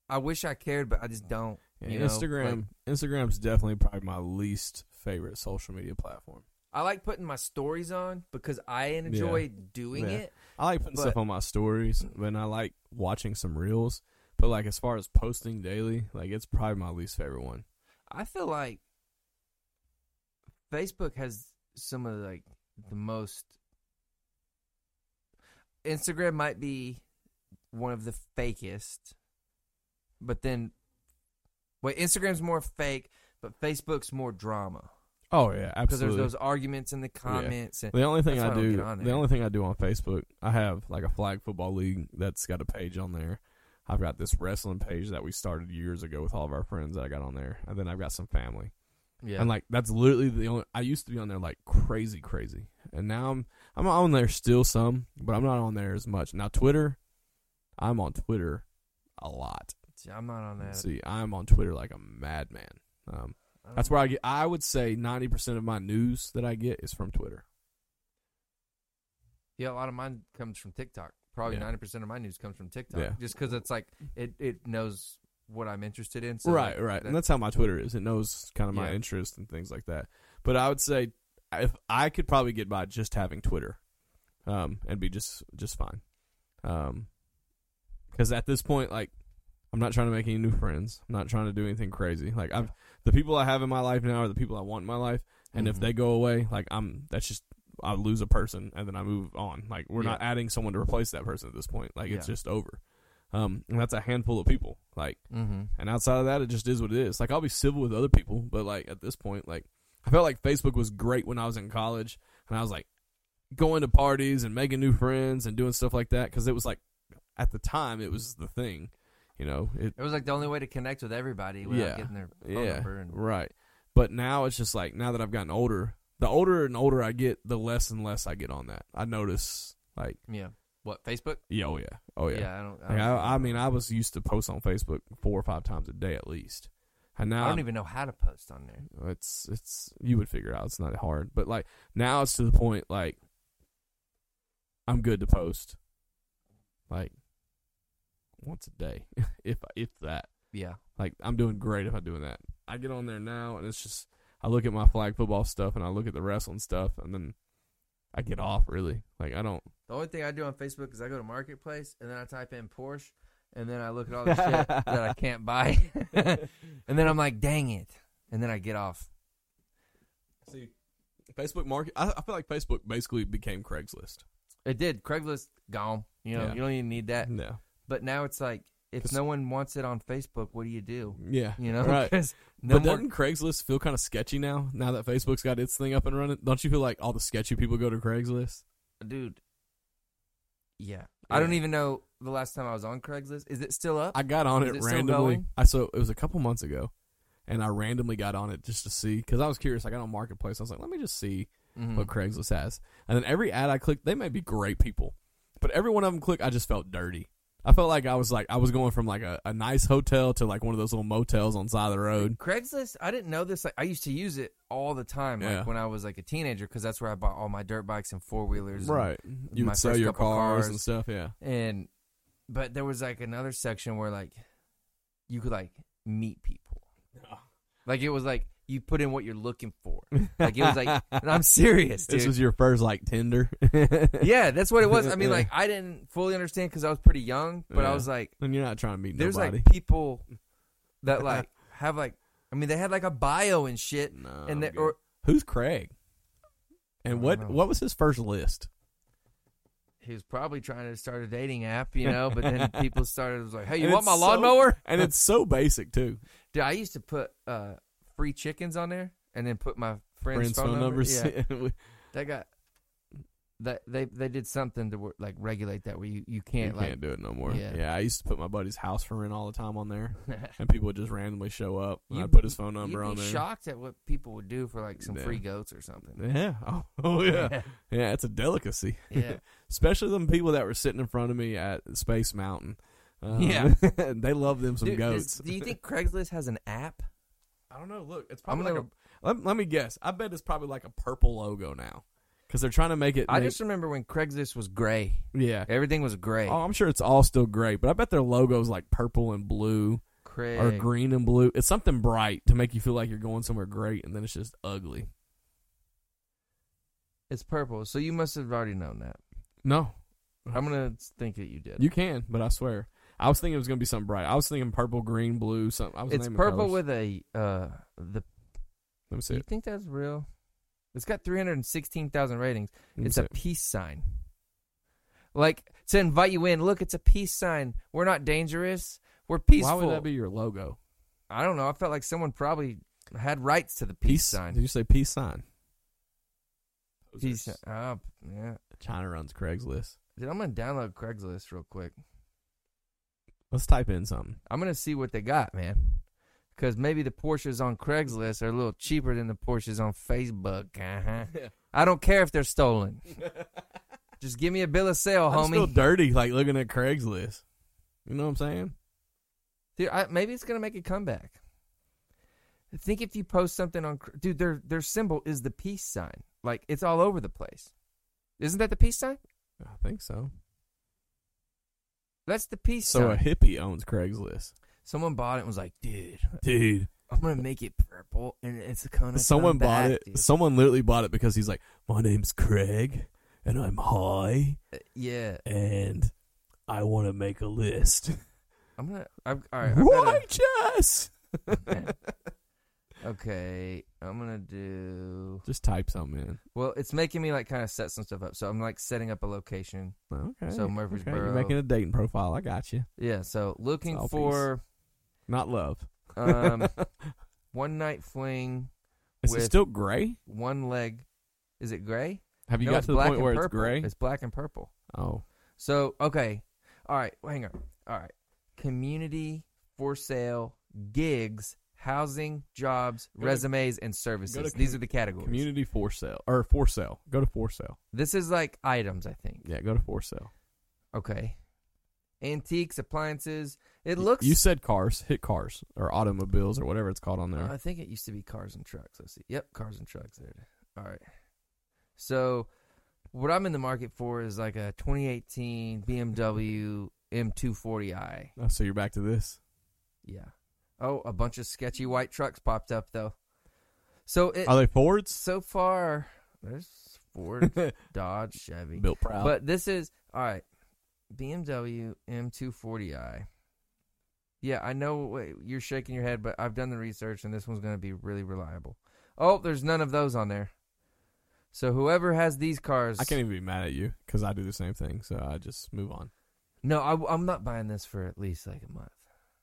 I wish I cared, but I just don't.
Yeah,
You know,
Instagram. Instagram's definitely probably my least favorite social media platform.
I like putting my stories on because I enjoy doing
Yeah.
it.
I like putting
But-
stuff on my stories, and I like watching some reels. But like as far as posting daily, like it's probably my least favorite one.
I feel like Facebook has some of like the most. Instagram might be one of the fakest, but then, wait, Instagram's more fake, but Facebook's more drama
Oh yeah,
because there's
absolutely.
those arguments in the comments and
the only thing
that's
I
why I don't
do,
get on
the
there.
only thing I do on Facebook, I have like a flag football league that's got a page on there. I've got this wrestling page that we started years ago with all of our friends that I got on there, and then I've got some family.
yeah,
And like that's literally the only I used to be on there like crazy, crazy. And now I'm I'm on there still some, but I'm not on there as much. Now Twitter, I'm on Twitter a lot.
See, I'm not on that.
See, I'm on Twitter like a madman. Um,
I
that's
don't-
where I get I would say ninety percent of my news that I get is from Twitter.
Yeah, a lot of mine comes from TikTok. Probably
Yeah.
ninety percent of my news comes from TikTok,
Yeah.
just because it's like it, it knows what I'm interested in. So
right,
like,
right.
that-
and that's how my Twitter is. It knows kind of my
Yeah.
interest and things like that. But I would say if I could probably get by just having Twitter, um, and be just just fine. Um, because at this point, like, I'm not trying to make any new friends. I'm not trying to do anything crazy. Like, I've the people I have in my life now are the people I want in my life. And if
Mhm.
they go away, like, I'm that's just I lose a person and then I move on. Like, we're
Yeah.
not adding someone to replace that person at this point. Like, it's
Yeah.
just over. Um, and that's a handful of people. Like.
Mhm.
And outside of that, it just is what it is. Like I'll be civil with other people, but like at this point, like I felt like Facebook was great when I was in college, and I was like going to parties and making new friends and doing stuff like that because it was like at the time it was the thing, you know. It
It was like the only way to connect with everybody without
Yeah.
getting their phone
yeah,
number. And,
right. But now it's just like now that I've gotten older, the older and older I get, the less and less I get on that. I notice like
yeah. What Facebook?
yeah, oh yeah, oh yeah.
I don't. I, don't
Like, I, I mean, I was used to post on Facebook four or five times a day at least, and now
I
I'm-
don't even know how to post on there.
it's it's you would figure it out. It's not hard. But like now it's to the point like I'm good to post. Like once a day. if if that.
Yeah,
Like I'm doing great if I'm doing that. I get on there now and it's just I look at my flag football stuff and I look at the wrestling stuff and then I get off really. Like I don't
the only thing I do on Facebook is I go to Marketplace and then I type in Porsche and then I look at all the shit that I can't buy, and then I'm like, dang it, and then I get off.
see Facebook market I, I feel like Facebook basically became Craigslist.
It did. Craigslist gone. You know,
Yeah.
you don't even need that.
No.
But now it's like, if
'Cause-
no one wants it on Facebook, what do you do?
Yeah.
You know,
Right.
'Cause no
but
more-
doesn't Craigslist feel kind of sketchy now? Now that Facebook's got its thing up and running, don't you feel like all the sketchy people go to Craigslist?
dude. Yeah. I don't
Yeah.
even know the last time I was on Craigslist. Is it still up?
I got on
Is
it,
it still
randomly.
going?
I so it was a couple months ago, and I randomly got on it just to see because I was curious. I got on Marketplace. I was like, let me just see
Mhm.
what Craigslist has. And then every ad I clicked, they may be great people, but every one of them clicked, I just felt dirty. I felt like I was like I was going from like a, a nice hotel to like one of those little motels on the side of the road.
Craigslist, I didn't know this. Like, I used to use it all the time, like
Yeah.
when I was like a teenager, because that's where I bought all my dirt bikes and four wheelers,
Right, you
My
would sell
first
your
couple
cars
cars.
and stuff. Yeah,
And, and but there was like another section where like you could like meet people, like it was like you put in what you're looking for, Like, it was like- and I'm serious, dude.
This was your first like Tinder.
yeah, that's what it was. I mean,
Yeah.
like I didn't fully understand because I was pretty young, but
Yeah.
I was like,
And you're not trying to meet
there's
nobody.
like people that like have like, I mean, they had like a bio and shit,
no,
and
I'm
they,
good.
or
who's Craig? And
I
what
don't know.
what was his first list?
he was probably trying to start a dating app, you know. But then people started it was like, hey, you
And
want
it's
my
so-
lawnmower?
And it's so basic too.
Dude, I used to put uh, free chickens on there and then put my friend's,
Friends, phone,
number.
numbers.
Yeah, that got that they they did something to wor- like regulate that where you you
you
can't
can't
like
do it no more. Yeah.
Yeah.
I used to put my buddy's house for rent all the time on there, and people would just randomly show up. And
You'd
I'd put his phone
You'd be
number on there.
shocked at what people would do for like some
Yeah.
free goats or something.
Yeah. Oh, oh yeah. yeah. It's a delicacy,
yeah.
especially them people that were sitting in front of me at Space Mountain. Um,
Yeah.
they love them some
Dude, does-
goats.
do you think Craigslist has an app?
I don't know. Look, it's
I'm
probably like
gonna-
a. Let, let me guess. I bet it's probably like a purple logo now, because they're trying to make it.
I
make-
just remember when Craigslist was gray.
yeah.
Everything was gray.
Oh, I'm sure it's all still gray, but I bet their logo's like purple and blue
Craig.
or green and blue. It's something bright to make you feel like you're going somewhere great, and then it's just ugly.
It's purple. So you must have already known that.
No,
I'm gonna think that you did.
Mm-hmm. you can, but I swear, I was thinking it was gonna be something bright. I was thinking purple, green, blue, something. I was
it's
naming
purple
colors.
with a uh the.
Let me see.
Do you
It.
think that's real? It's got 316,000 ratings.
Let me
It's a
see.
peace sign. Like to invite you in. Look, it's a peace sign. We're not dangerous. We're peaceful.
Why would that be your logo?
I don't know. I felt like someone probably had rights to the peace,
Did
sign.
you say peace sign?
Peace. sign. Oh, yeah.
China runs Craigslist.
Dude, I'm gonna download Craigslist real quick.
Let's type in something.
I'm gonna see what they got, man. Because maybe the Porsches on Craigslist are a little cheaper than the Porsches on Facebook. Uh-huh. I don't care if they're stolen. Just give me a bill of sale,
I'm
Oh, homie.
still dirty, like looking at Craigslist. You know what I'm saying?
Dude, I, maybe it's gonna make a comeback. I think if you post something on, Cra- dude, their their symbol is the peace sign. Like it's all over the place. Isn't that the peace sign?
I think so.
That's the peace
So a
sign.
hippie owns Craigslist,
Someone bought it and was like, dude,
dude.
I'm gonna make it purple, and it's gonna.
Someone
come
bought
back,
it.
dude."
Someone literally bought it because he's like, my name's Craig, and I'm high,
Uh, yeah,
and I want to make a list.
I'm gonna. I'm, all right. I'm gonna-
Righteous.
okay, I'm gonna do.
Just type something in.
Well, it's making me like kind of set some stuff up. So I'm like setting up a location.
Okay.
So
okay. You're
Murfreesboro.
making a dating profile. I got you.
Yeah. So looking
all peace.
for
Not love.
um one night fling,
Is it
With-
still gray?
one leg. Is it gray?
Have you
No,
got
it's
to the
black
point
and
where it's
purple.
gray?
It's black and purple.
oh,
So okay, all right. well, hang on. All right. Community for sale gigs. Housing, jobs,
to-
resumes, and services.
com-
These are the categories.
community for sale or for sale. Go to for sale.
This is like items, I think.
Yeah, go to for sale.
Okay. Antiques, appliances. It
Y-
looks.
You said cars. Hit cars or automobiles or whatever it's called on
Uh,
there.
I think it used to be cars and trucks. Let's see. Yep, cars and trucks. There. it is. All right. So, what I'm in the market for is like a 2018 BMW M240i.
Oh, so you're back to this.
Yeah. Oh, a bunch of sketchy white trucks popped up though. So it
Are they Fords?
so far there's Ford, Dodge, Chevy.
Built proud.
But this is all right. BMW M240i. Yeah, I know wait, you're shaking your head, but I've done the research, and this one's going to be really reliable. Oh, there's none of those on there. So whoever has these cars,
I can't even be mad at you because I do the same thing. So I just move on.
No, I, am not buying this for at least like a month.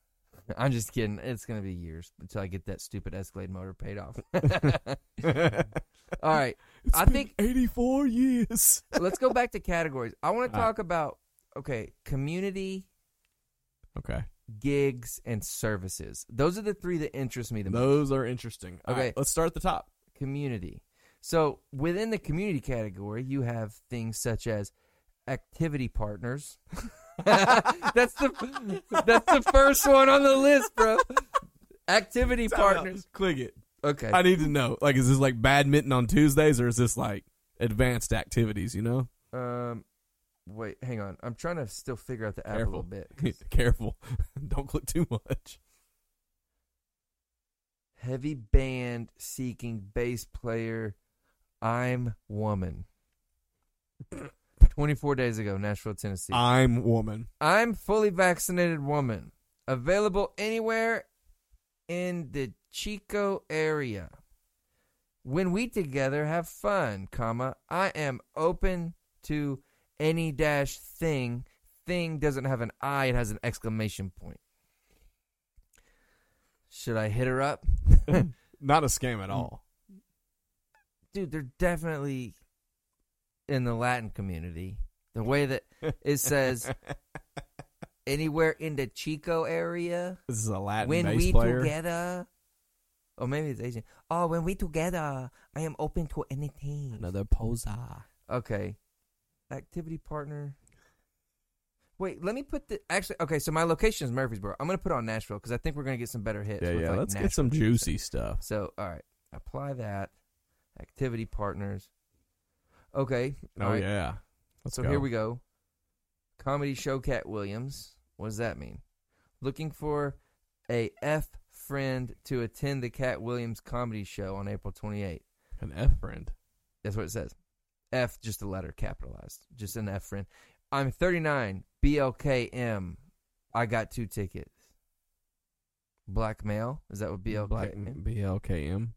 I'm just kidding. It's going to be years until I get that stupid Escalade motor paid off. all right,
It's
I
been
think-
84 years.
let's go back to categories. I want
All
to
right.
talk about okay, community,
Okay.
gigs and services. Those are the three that interest me the most.
Those are interesting. All
Okay.
right, let's start at the top.
Community. So within the community category, you have things such as activity partners. that's the that's the first one on the list, bro. Activity partners.
Click it.
Okay.
I need to know. Like, is this like badminton on Tuesdays or is this like advanced activities, you know?
Um wait, hang on. I'm trying to still figure out the app a
Careful.
little bit. 'cause
Careful. Don't click too much.
Heavy band seeking bass player. I'm woman. 24 days ago, Nashville, Tennessee.
I'm woman.
I'm fully vaccinated woman. Available anywhere in the Chico area. When we together have fun, comma, I am open to any dash thing. Thing doesn't have an I, it has an exclamation point. Should I hit her up?
Not a scam at all.
Dude, they're definitely in the Latin community. The way that it says anywhere in the Chico area.
This is a Latin
when
bass
we
player.
together. Or maybe it's Asian. Oh, when we together, I am open to anything.
Another poser.
Okay. Activity partner. Wait, let me put the actually. Okay, so my location is Murfreesboro. I'm gonna put on Nashville because I think we're gonna get some better hits.
Yeah,
with,
yeah.
like,
Let's
Nashville
get some
music.
juicy stuff.
So, all right, apply that. Activity partners. Okay.
Oh,
all right.
yeah. Let's
So
go.
here we go. Comedy show Cat Williams. What does that mean? Looking for a F friend to attend the Cat Williams comedy show on April 28th.
An F friend.
That's what it says. F, just a letter capitalized. Just an F friend. I'm 39. BLKM. I got two tickets. Black male? Is that what BLKM?
Black BLKM.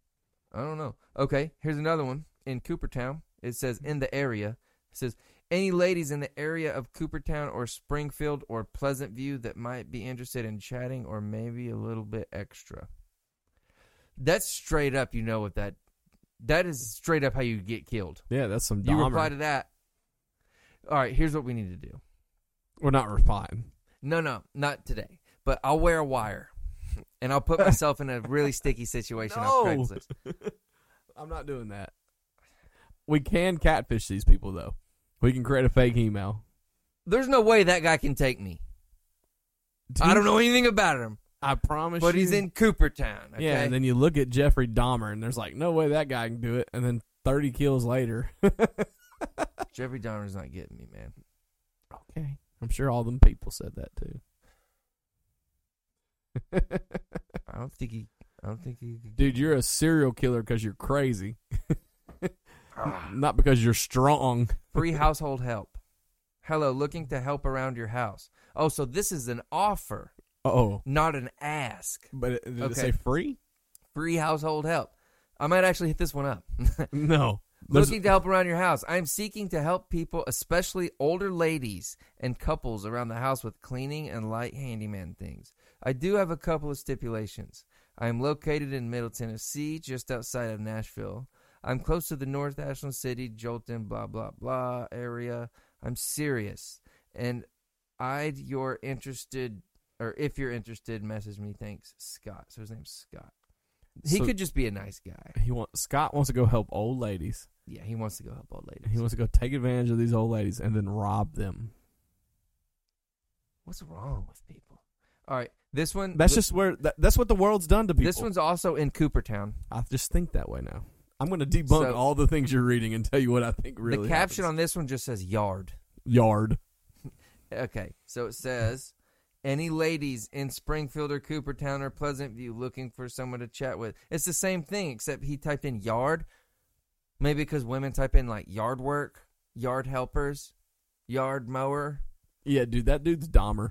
I don't know. Okay, here's another one. in Coopertown. It says in the area. It says any ladies in the area of Coopertown or Springfield or Pleasant View that might be interested in chatting or maybe a little bit extra. That's straight up. You know what that? That is straight up how you get killed.
Yeah, that's some
You
Dahmer.
reply to that. All right. Here's what we need to do.
or not reply.
No, no, not today. But I'll wear a wire, and I'll put myself in a really sticky situation
No.
on Craigslist.
I'm not doing that. We can catfish these people though. We can create a fake email.
There's no way that guy can take me. I don't know anything about him,
I promise.
but
you,
he's in Coopertown. Okay?
Yeah, and then you look at Jeffrey Dahmer, and there's like no way that guy can do it. And then 30 kills later.
Jeffrey Dahmer's not getting me, man.
Okay. I'm sure all them people said that too.
I don't think he. I don't think he. could-
Dude, you're a serial killer because you're crazy,
Ah.
not because you're strong.
Free household help. Hello, looking to help around your house. Oh, so this is an offer,
Oh,
not an ask.
but it, did it
Okay.
say free?
Free household help. I might actually hit this one up.
No. There's-
Looking to help around your house. I am seeking to help people, especially older ladies and couples around the house with cleaning and light handyman things. I do have a couple of stipulations. I am located in Middle Tennessee, just outside of Nashville. I'm close to the North Ashland City, Jolton, blah, blah, blah area. I'm serious. And I'd your interested, or if you're interested, message me. Thanks, Scott. So his name's Scott. He
So-
could just be a nice guy.
he wants Scott wants to go help old ladies.
Yeah, he wants to go help old ladies.
He wants to go take advantage of these old ladies and then rob them.
What's wrong with people? All right, this one.
That's
th-
just where that, that's what the world's done to people.
This one's also in Coopertown.
I just think that way now. I'm going to debunk
So-
all the things you're reading and tell you what I think really.
the caption on this one just says "yard."
on yard.
Okay, so it says, "Any ladies in Springfield or Coopertown or Pleasant View looking for someone to chat with?" It's the same thing, except he typed in "yard." Maybe because women type in like yard work, yard helpers, yard mower
Yeah, dude, that dude's Dahmer.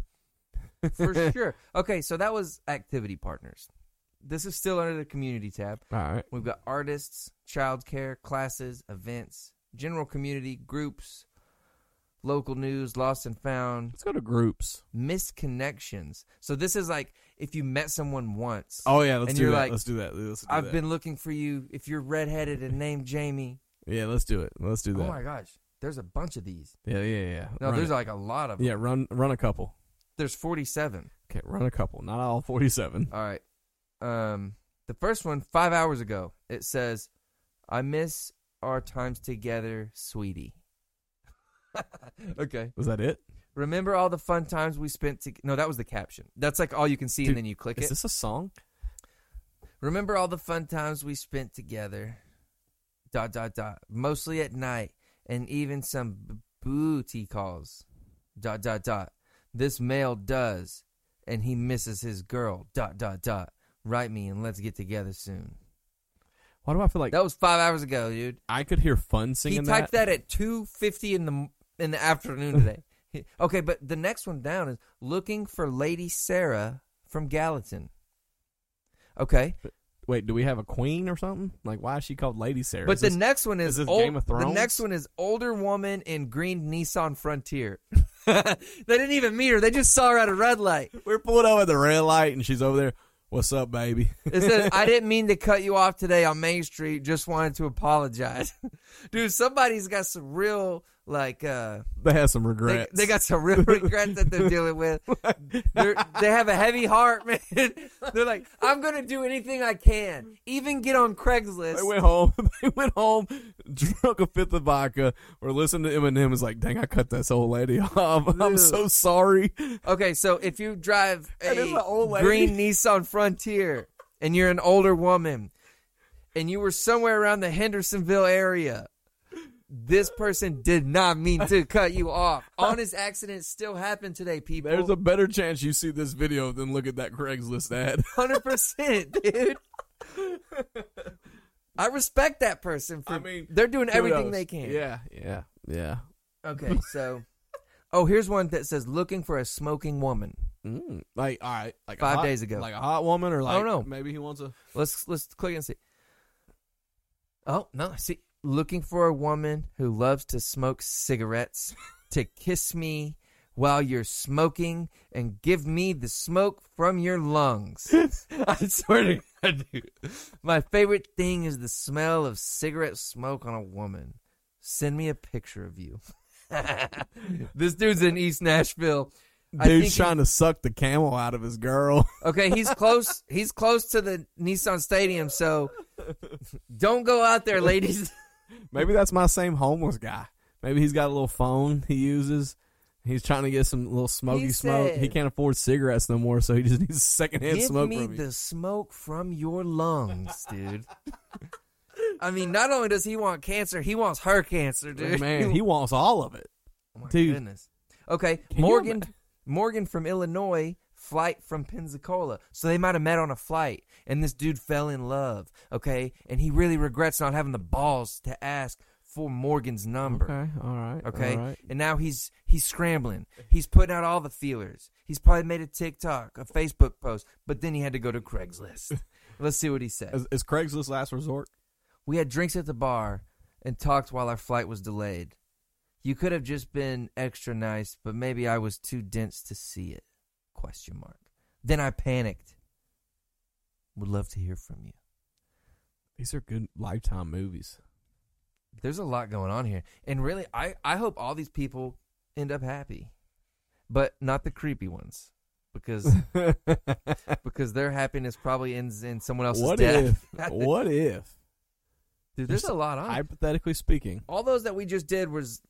for sure. Okay, so that was activity partners. This is still under the community tab.
All right.
We've got artists, childcare, classes, events, general community, groups, local news, lost and found,
Let's go to groups.
misconnections. So this is like if you met someone once.
Oh yeah, let's
And
do
you're
that.
like,
let's do that. Let's do
I've
that.
been looking for you. If you're redheaded and named Jamie,
Yeah, let's do it. Let's do
oh
that.
my gosh, there's a bunch of these.
Yeah, yeah, yeah.
No,
Run
there's
it.
like a lot of them.
yeah, run run a couple.
There's 47.
Okay, run a couple. Not all forty seven.
All right. Um, the first one five hours ago. It says, "I miss our times together, sweetie." okay.
Was that it?
Remember all the fun times we spent to No, that was the caption. That's like all you can see
Dude,
and then you click
Is
it.
this a song?
Remember all the fun times we spent together. Dot dot dot. Mostly at night and even some b- booty calls. Dot dot dot. This male does and he misses his girl. Dot dot dot. Write me and let's get together soon.
Why do I feel like
That was 5 hours ago, dude.
I could hear fun
He
singing
typed that, at 2:50 in the m- in the afternoon today. He- okay, but the next one down is looking for Lady Sarah from Gallatin. Okay,
Wait, do we have a queen or something? Like, why is she called Lady Sarah?
but
Is
the
this-
next one is,
is this
old,
Game of
the
Thrones?
next one is older woman in green Nissan Frontier. they didn't even meet her; they just saw her at a red light.
we're pulling over at the red light, and she's over there. What's up, baby?
It says, "I didn't mean to cut you off today on Main Street. Just wanted to apologize, dude. Somebody's got some real like." uh
they have some
They,
regrets.
they got some real regret that they're dealing with. They're, they have a heavy heart, man. They're like, I'm gonna do anything I can, even get on Craigslist.
They went home. They went home, drunk a fifth of vodka, or listened to Eminem. Is like, dang, I cut this old lady off. I'm
Ew.
so sorry.
Okay, so if you drive
That is
a
an old lady.
green Nissan Frontier and you're an older woman, and you were somewhere around the Hendersonville area. This person did not mean to cut you off. Honest accidents still happen today, people.
There's a better chance you see this video than look at that Craigslist ad.
hundred percent, dude. I respect that person. For,
I mean,
they're doing everything
Kudos.
they can.
Yeah, yeah, yeah.
Okay, so, oh, here's one that says looking for a smoking woman.
Mm. Like, all right, like a
Five
hot-
days ago.
like a hot woman, or like,
don't know.
maybe he wants a.
Let's let's click and see. Oh no, see, looking for a woman who loves to smoke cigarettes to kiss me while you're smoking and give me the smoke from your lungs. I swear to God, dude. My favorite thing is the smell of cigarette smoke on a woman. Send me a picture of you. this dude's in East Nashville. I think
Dude's
he-
trying to suck the camel out of his girl.
Okay, he's close. he's close to the Nissan Stadium, so don't go out there, ladies.
Maybe that's my same homeless guy. Maybe he's got a little phone he uses. He's trying to get some little smoky
He
smoke. He
said-
can't afford cigarettes no more, so he just needs secondhand
Give
smoke
me
from you.
the smoke from your lungs, dude. I mean, not only does he want cancer, he wants her cancer, dude.
Man, he wants all of it.
Oh my
dude.
goodness. Okay,
Can you
Morgan, Morgan from Illinois, flight from Pensacola. So they might have met on a flight, and this dude fell in love. Okay, and he really regrets not having the balls to ask for Morgan's number.
Okay, all right.
Okay.
all right.
And now he's he's scrambling. He's putting out all the feelers. He's probably made a TikTok, a Facebook post, but then he had to go to Craigslist. Let's see what he said.
Is, is Craigslist last resort?
We had drinks at the bar and talked while our flight was delayed. You could have just been extra nice, but maybe I was too dense to see it. Question mark. Then I panicked. Would love to hear from you.
These are good lifetime movies.
there's a lot going on here and really i i hope all these people end up happy but not the creepy ones because because their happiness probably ends in someone else's
what
death
if? What if?
Dude, there's a lot on here.
Hypothetically speaking,
all those that we just did was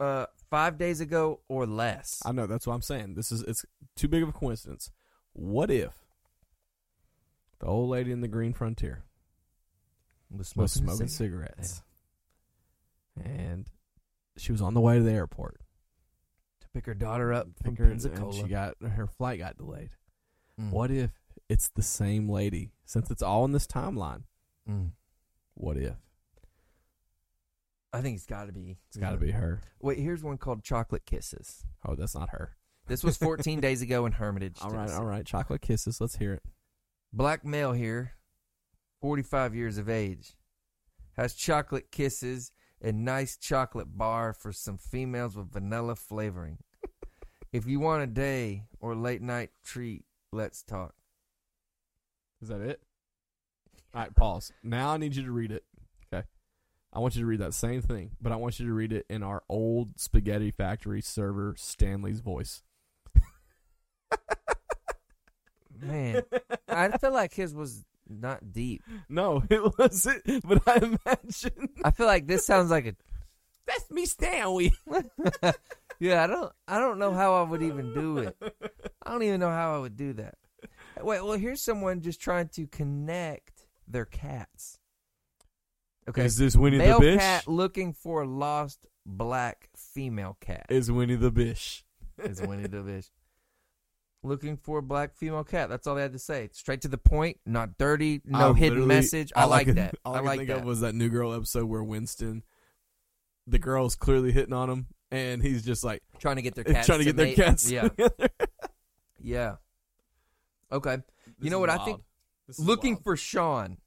uh five days ago or less
I know that's what I'm saying. This is it's too big of a coincidence. What if the old lady in the green frontier
was
was smoking
cigarettes.
cigarettes, and she was on the way to the airport.
to pick her daughter up from
Pick her-
pensacola
and she got her flight got delayed.
Mm,
What if it's the same lady? Since it's all in this timeline,
mm.
what if
i think it's got to be
it's got to be her?
wait here's one called chocolate kisses
Oh, that's not her.
this was 14 days ago in hermitage
All right,
Tennessee.
all right. Chocolate kisses. Let's hear it.
Black male here, 45 years of age, has chocolate kisses and nice chocolate bar for some females with vanilla flavoring. if you want a day or late night treat, let's talk.
Is that it? All right, pause. Now I need you to read it. Okay. I want you to read that same thing, but I want you to read it in our old spaghetti factory server Stanley's voice.
Man, I feel like his was not deep.
No, it wasn't, but I imagine
I feel like this sounds like a
that's me Stanley.
Yeah, I don't I don't know how I would even do it. I don't even know how I would do that. Wait, well here's someone just trying to connect their cats. Okay.
Is this Winnie
male
the Bish?
cat looking for lost black female cat
Is Winnie the Bish.
is Winnie the Bish. Looking for black female cat. That's all they had to say. Straight to the point, not dirty, no
I
hidden
literally-
message. I,
all
like
could-
that.
All
I
could
like
think
that.
of was that New Girl episode where Winston, the girl's clearly hitting on him, and he's just like
trying to get their cats.
trying to get their
mate-
cats
Yeah,
together.
yeah. Okay.
This
know
is
what I think?
wild. This is
Looking
wild.
for Sean.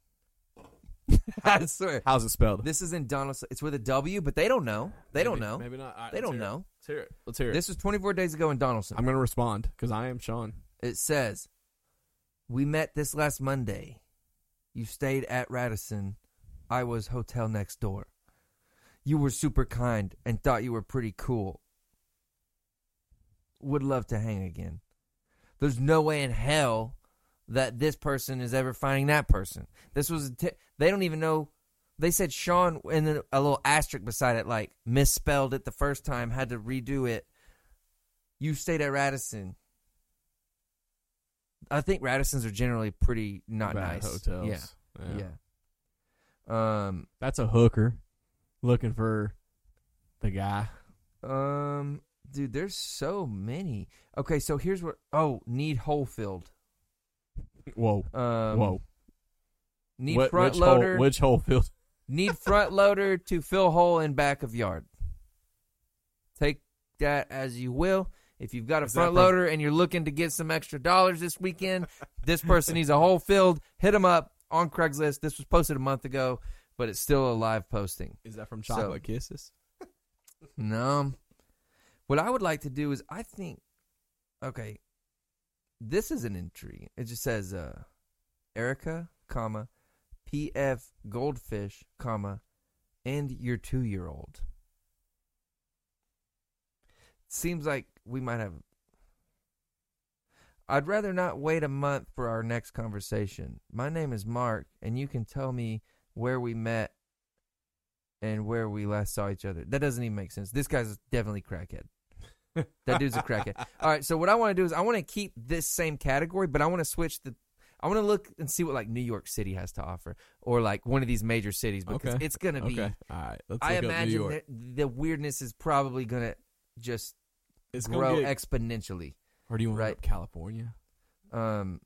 I swear.
how's it spelled?
This is in Donaldson. It's with a W, but they don't know. They don't
Maybe-
know.
Maybe not. All right,
They
let's
don't
hear it.
know.
Let's hear it. Let's hear it.
This was 24 days ago in Donaldson.
I'm gonna respond because I am Sean.
It says, We met this last Monday. You stayed at Radisson. I was hotel next door. You were super kind and thought you were pretty cool. Would love to hang again. There's no way in hell that this person is ever finding that person. This was, a t- they don't even know. They said Sean and then a little asterisk beside it, like misspelled it the first time, had to redo it. You stayed at Radisson. I think Radissons are generally pretty not
Bad
nice.
hotels.
Yeah. Yeah. Um.
That's a hooker looking for the guy.
Um. Dude, there's so many. Okay, so here's what. Oh, need Holefield.
Whoa,
Um,
whoa.
Need
What-
front
which
loader.
Hole, which hole field?
need front loader to fill hole in back of yard. Take that as you will. If you've got a
Is that
front
from-
loader and you're looking to get some extra dollars this weekend, this person needs a whole field. Hit them up on Craigslist. This was posted a month ago. but it's still a live posting.
Is that from
So-
Chocolate Kisses?
No. What I would like to do is I think okay. This is an entry. It just says uh Erica, comma, PF goldfish, comma, and your two year old. Seems like we might have I'd rather not wait a month for our next conversation. My name is Mark, and you can tell me where we met and where we last saw each other. That doesn't even make sense. This guy's definitely crackhead. That dude's a crackhead. All right, so what I want to do is I want to keep this same category, but I want to switch the. I want to look and see what like New York City has to offer, or like one of these major cities, because
Okay.
it's gonna be.
Okay. All right. Let's
I
look up New
imagine
York.
that the weirdness is probably gonna just
it's gonna
grow
get-
exponentially.
or do you want to look
right.
up California?
Um,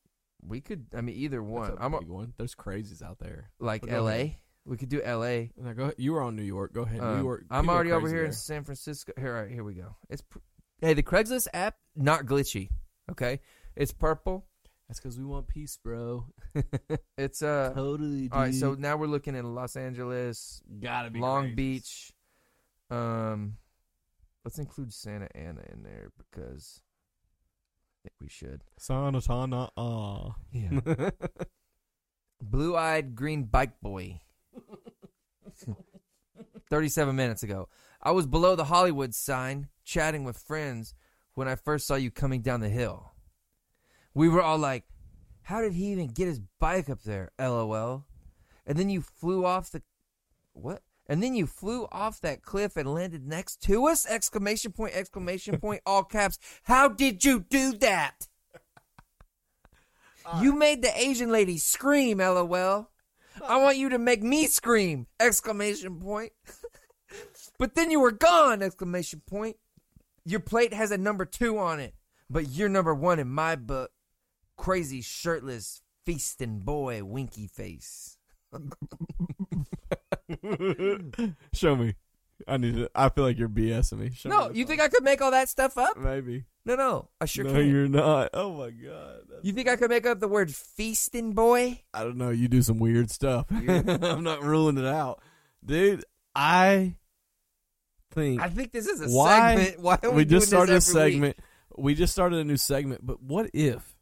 we could. I mean, either
That's
one.
a
I'm a-
big one. There's crazies out there.
like
But go ahead.
L.A. We could do L.A.
Now go ahead. You were on New York. Go ahead.
Um,
New York.
I'm
people are
already over
crazy
here in
there.
San Francisco. Here, all right, here we go. It's pr- hey, the Craigslist app not glitchy. Okay, it's purple.
That's because we want peace, bro.
It's uh.
totally. Dude.
All right, so now we're looking in Los Angeles,
gotta be
Long
crazies.
Beach. Um, let's include Santa Ana in there because I think we should.
Sanatana. Ah.
Yeah. Blue-eyed green bike boy. 37 minutes ago. I was below the Hollywood sign chatting with friends when I first saw you coming down the hill. We were all like, how did he even get his bike up there? LOL. And then you flew off the what? And then you flew off that cliff and landed next to us? Exclamation point, exclamation point, all caps. How did you do that? You made the Asian lady scream, lol. I want you to make me scream! Exclamation point. but then you were gone! Exclamation point. Your plate has a number two on it, but you're number one in my book. Crazy shirtless feasting boy, winky face.
Show me. I need to. I feel like you're BSing me. Show
No,
me the
you think I could make all that stuff up?
phone. Maybe.
No, no, I sure
no,
can't.
you're not. Oh my god. That's-
You think I could make up the word feasting boy?
I don't know. You do some weird stuff. I'm not ruling it out, dude. I think
I think this is a
Why?
segment. Why are we,
we just
doing
started a
this every week?
segment. We just started a new segment. But what if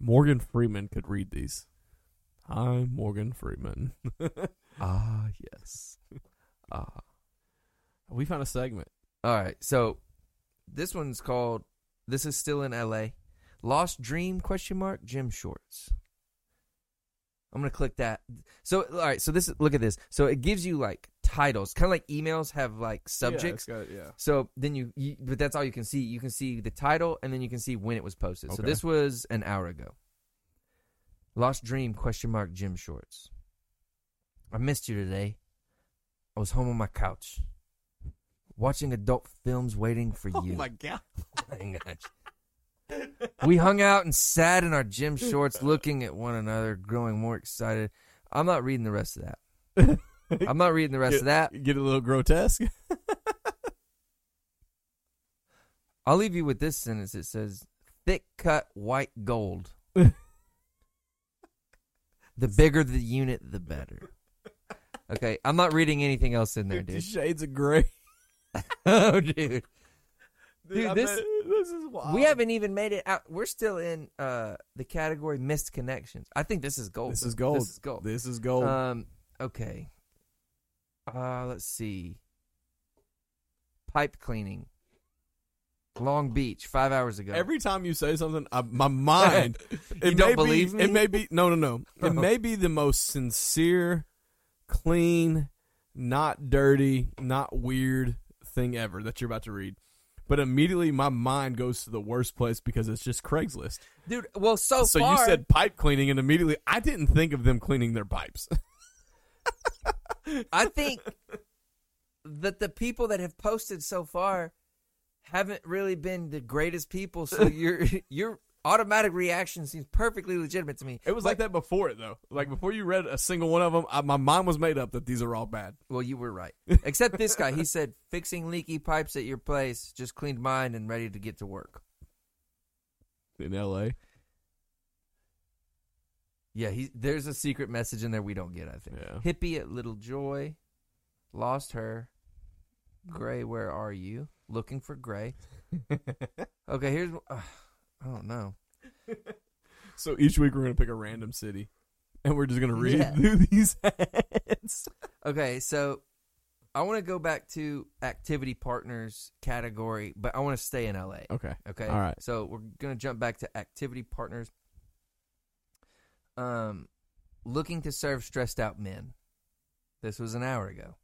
Morgan Freeman could read these? I'm Morgan Freeman.
Ah,
yes. Ah. we found a segment.
All right, so this one's called. This is still in L.A. Lost Dream question mark gym shorts. I'm gonna click that. So all right, so this is look at this. So it gives you like titles, kind of like emails have like subjects.
Yeah. it's got- yeah.
so then you, you, but that's all you can see. You can see the title, and then you can see when it was posted. So
Okay.
this was an hour ago. Lost Dream question mark gym shorts. I missed you today. I was home on my couch, watching adult films, waiting for you.
Oh god.
my gosh. we hung out and sat in our gym shorts, looking at one another, growing more excited. I'm not reading the rest of that. I'm not reading the rest of that.
Get a little grotesque.
I'll leave you with this sentence. It says, "Thick cut white gold. the bigger the unit, the better." Okay, I'm not reading anything else in there,
Fifty
dude.
Shades of Grey.
oh, dude, Dude,
I
this-
bet- this is wild.
we haven't even made it out. We're still in uh, the category missed connections. I think this is gold.
This is
though.
gold.
This is gold.
This is gold.
Um. Okay. Uh. Let's see. Pipe cleaning. Long Beach, five hours ago.
Every time you say something, I, my mind. It
You don't
may
believe
be,
me?
It may be no, no, no. It may be the most sincere, clean, not dirty, not weird thing ever that you're about to read. But immediately my mind goes to the worst place because it's just Craigslist.
dude. Well, so
so
far,
you said pipe cleaning, and immediately I didn't think of them cleaning their pipes.
I think that the people that have posted so far haven't really been the greatest people. So your your automatic reaction seems perfectly legitimate to me.
It was like that before it though. Like before you read a single one of them, I, my mind was made up that these are all bad.
Well, you were right. Except this guy. He said fixing leaky pipes at your place. Just cleaned mine and ready to get to work.
In L.A.
Yeah, he, there's a secret message in there we don't get, I think.
Yeah.
Hippie at Little Joy. Lost her. Gray, where are you? Looking for Gray. Okay, here's. Uh, I don't know.
so each week we're gonna pick a random city, and we're just gonna read
Yeah.
through these ads.
Okay, so I want to go back to activity partners category, but I want to stay in LA.
Okay.
Okay.
All right.
So we're gonna jump back to activity partners. Um, looking to serve stressed out men. This was an hour ago.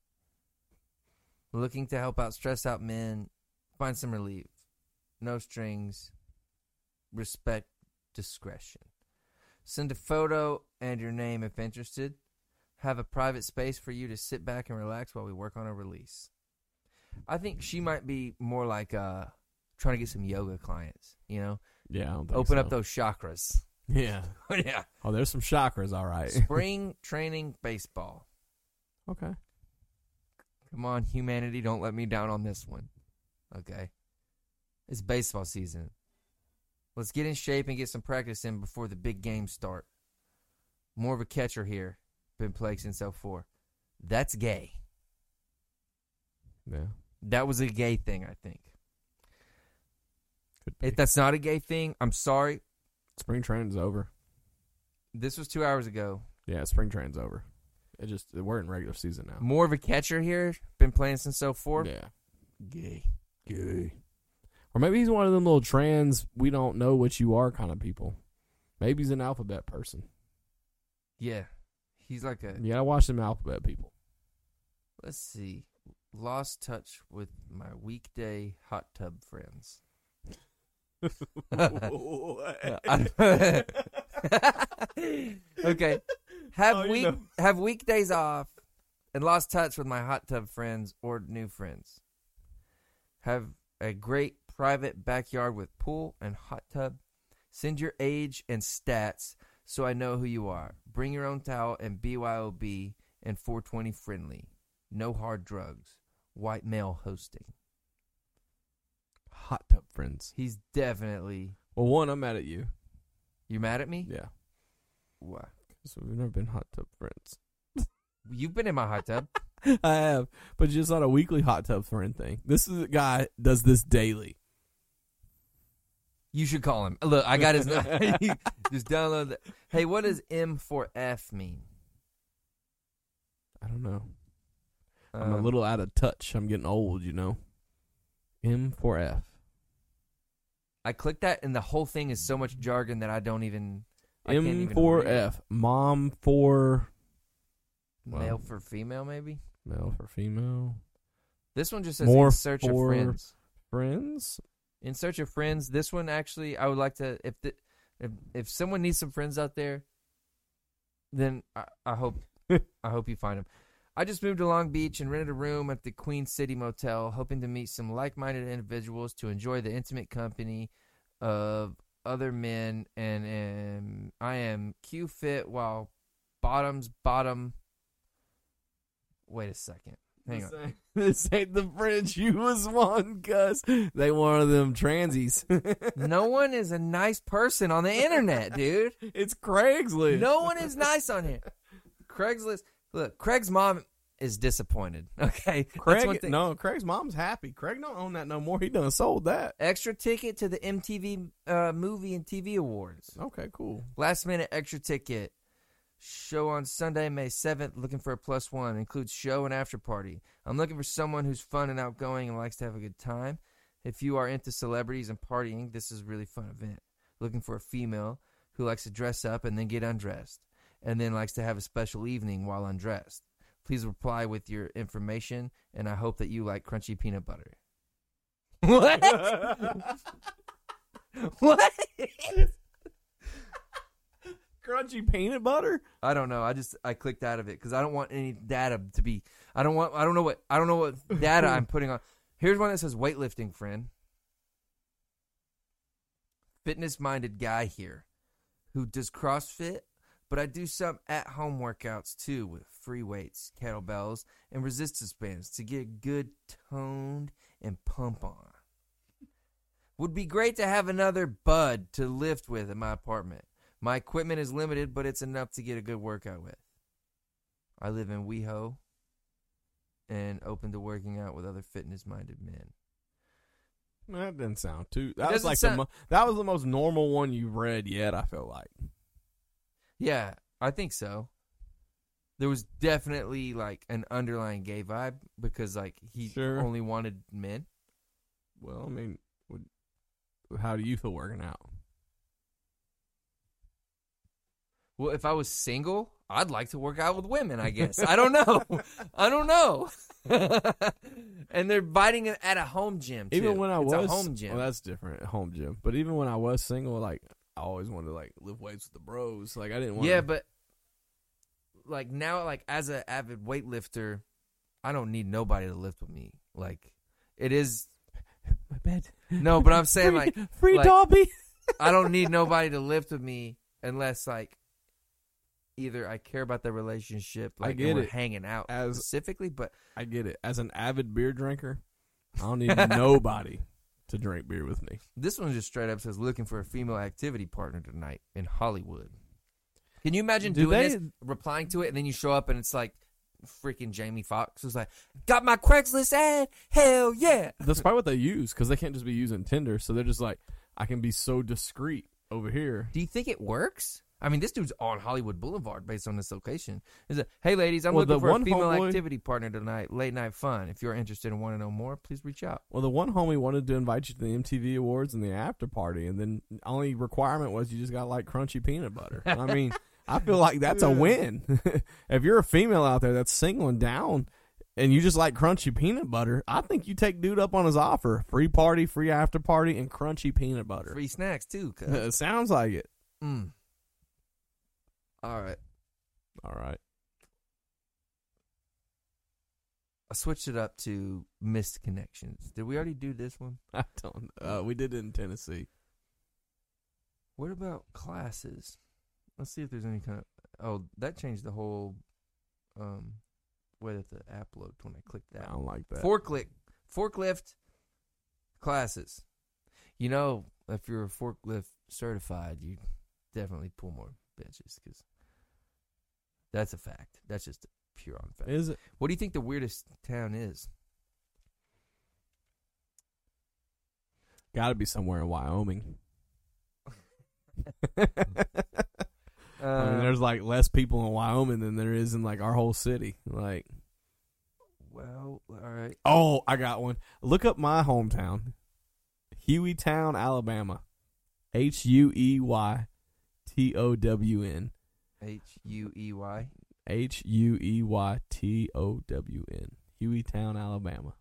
Looking to help out stressed out men, find some relief. No strings. Respect discretion. Send a photo and your name if interested. Have a private space for you to sit back and relax while we work on a release. I think she might be more like uh trying to get some yoga clients, you know?
Yeah. I don't think
Open
so.
up those chakras.
Yeah.
yeah.
Oh, there's some chakras. All right.
Spring training baseball.
okay.
Come on, humanity, don't let me down on this one. Okay. It's baseball season. Let's get in shape and get some practice in before the big games start. More of a catcher here. Been playing since 04. That's gay.
Yeah.
That was a gay thing, I think.
Could be.
If that's not a gay thing, I'm sorry.
spring training's over.
This was two hours ago.
Yeah. Spring training's over. It just we're in regular season now.
More of a catcher here. Been playing since 04.
Oh. Yeah.
Gay.
Gay. Or maybe he's one of them little trans, we don't know what you are kind of people. Maybe he's an alphabet person.
Yeah. He's like a
You gotta watch them alphabet people.
let's see. Lost touch with my weekday hot tub friends. okay. Have
Oh, you
week
know.
have weekdays off and lost touch with my hot tub friends or new friends. Have a great private backyard with pool and hot tub. Send your age and stats so I know who you are. Bring your own towel and BYOB and 420 friendly. No hard drugs. White male hosting.
Hot tub friends.
He's definitely.
Well, one, I'm mad at you.
You mad at me?
Yeah.
Why?
So we've never been hot tub friends.
You've been in my hot tub.
I have, but just not a weekly hot tub friend thing. This is a guy does this daily.
You should call him. Look, I got his. Just download that. Hey, what does M4F mean?
I don't know. I'm a
Um,
little out of touch. I'm getting old, you know. M4F.
I clicked that, and the whole thing is so much jargon that I don't even. I can't even read it.
M4F. Mom for Wow.
Male for female, maybe.
male for female.
This one just says
More
in search of
for-
friends.
Friends?
In search of friends. This one actually, I would like to. If the, if if someone needs some friends out there, then I, I hope I hope you find them. I just moved to Long Beach and rented a room at the Queen City Motel, hoping to meet some like-minded individuals to enjoy the intimate company of other men. And, am I am Q fit while bottoms bottom. Wait a second. Hang
this
on.
Ain't, this ain't the French you was one, cuz. They one of them transies.
No one is a nice person on the internet, dude.
it's Craigslist.
No one is nice on here. Craigslist. Look, Craig's mom is disappointed. Okay, That's one
Craig,
thing.
no, Craig's mom's happy. Craig don't own that no more. He done sold that.
Extra ticket to the MTV uh, Movie and TV Awards.
Okay, cool.
Last minute extra ticket. Show on Sunday, May 7th. Looking for a plus one. Includes show and after party. I'm looking for someone who's fun and outgoing and likes to have a good time. If you are into celebrities and partying, this is a really fun event. Looking for a female who likes to dress up and then get undressed, and then likes to have a special evening while undressed. Please reply with your information, and I hope that you like crunchy peanut butter. What? what?
Crunchy peanut butter?
I don't know. I just I clicked out of it because I don't want any data to be. I don't want. I don't know what. I don't know what data I'm putting on. Here's one that says weightlifting friend. Fitness minded guy here, who does CrossFit, but I do some at home workouts too with free weights, kettlebells, and resistance bands to get good toned and pump on. Would be great to have another bud to lift with in my apartment. My equipment is limited, but it's enough to get a good workout with. I live in WeHo and open to working out with other fitness minded men.
That didn't sound too. That was
doesn't
like
sound-
the mo- that was the most normal one you've read yet. I feel like.
Yeah, I think so. There was definitely like an underlying gay vibe because like he
Sure.
only wanted men.
Well, I mean, would, how do you feel working out?
Well, if I was single, I'd like to work out with women, I guess. I don't know. I don't know. and they're biting it at a home gym. Too.
Even when I
It's
was
a home gym.
well, that's different. Home gym, but even when I was single, like I always wanted to like lift weights with the bros. Like I didn't want.
yeah, but like now, like as an avid weightlifter, I don't need nobody to lift with me. Like it is
my bed.
no, but I'm saying
free,
like
free
like-
Dobby.
I don't need nobody to lift with me unless like either I care about the relationship,
I
like and
get
we're
it.
hanging out
As-
specifically, but
I get it. As an avid beer drinker, I don't need nobody to drink beer with me.
This one just straight up says looking for a female activity partner tonight in Hollywood. Can you imagine
Do
doing
they-
this, replying to it, and then you show up and it's like freaking Jamie Foxx was like, "Got my Craigslist ad, hell yeah!"
That's probably what they use because they can't just be using Tinder. So they're just like, I can be so discreet over here.
Do you think it works? I mean, this dude's on Hollywood Boulevard based on this location. Is it? Hey, ladies, I'm
Well,
looking
the
for a
one
female
homeboy-
activity partner tonight, late night fun. If you're interested and want to know more, please reach out.
Well, the one homie wanted to invite you to the MTV Awards and the after party, and then only requirement was you just got like crunchy peanut butter. I mean, I feel like that's a win. if you're a female out there that's single and down, and you just like crunchy peanut butter, I think you take dude up on his offer: free party, free after party, and crunchy peanut butter.
Free snacks too. 'cause-
It sounds like it.
Mm. All right.
All right.
I switched it up to missed connections. Did we already do this one?
I don't. Uh, we did it in Tennessee.
What about classes? Let's see if there's any kind of. Oh, that changed the whole um, way that the app looked when I clicked
I
that.
don't like that.
Forklift, forklift classes. You know, if you're a forklift certified, you definitely pull more bitches because that's a fact. That's just a pure on fact.
Is it?
What do you think the weirdest town is?
Got to be somewhere in Wyoming.
Uh,
I mean, there's like less people in Wyoming than there is in like our whole city. Like,
Uh, well, all right.
oh, I got one. Look up my hometown, Hueytown, Alabama. H U E Y T O W N.
H U E Y.
H U E Y T O W N. Hueytown, Alabama.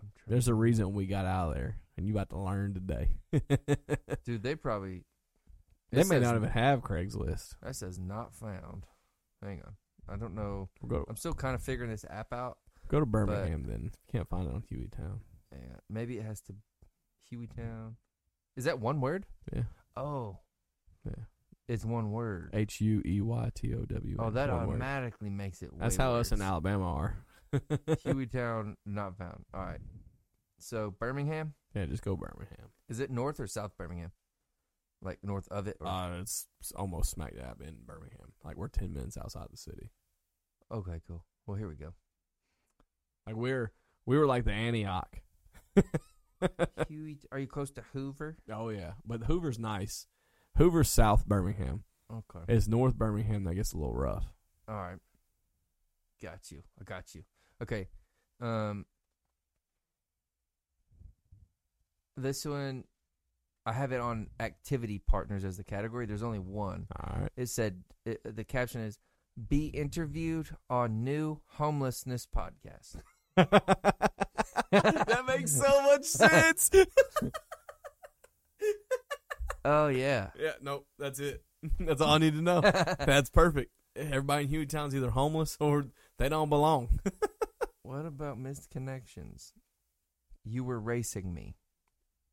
I'm trying-
There's a reason we got out of there, and you about to learn today. they
Dude, they probably. it
may
says-
not even have Craigslist.
That says not found. Hang on. I don't know.
We'll go
I'm still kind of figuring this app out.
go to Birmingham then. Can't find it on Hueytown.
Yeah, maybe it has to. Hueytown. Is that one word?
Yeah.
Oh,
Yeah.
it's one word.
H U E Y T O W.
Oh, that
One word.
automatically makes it.
That's
way
how us in
worse.
Alabama are.
Hueytown not found. All right. So Birmingham.
yeah, just go Birmingham.
Is it north or south Birmingham? Like north of it? Or,
Uh, it's, it's almost smack dab in Birmingham. Like we're ten minutes outside the city.
okay, cool. Well, here we go.
Like we're we were like the Antioch.
Huey, are you close to Hoover?
oh yeah, but Hoover's nice. Hoover's South Birmingham.
Okay.
It's North Birmingham that gets a little rough.
All right. Got you. I got you. Okay. Um This one I have it on activity partners as the category. There's only one.
All right.
It said it, the caption is be interviewed on new homelessness podcast.
that makes so much sense.
Oh yeah.
yeah, nope, that's it. That's all I need to know. That's perfect. Everybody in Hueytown's either homeless or they don't belong.
what about missed connections? You were racing me.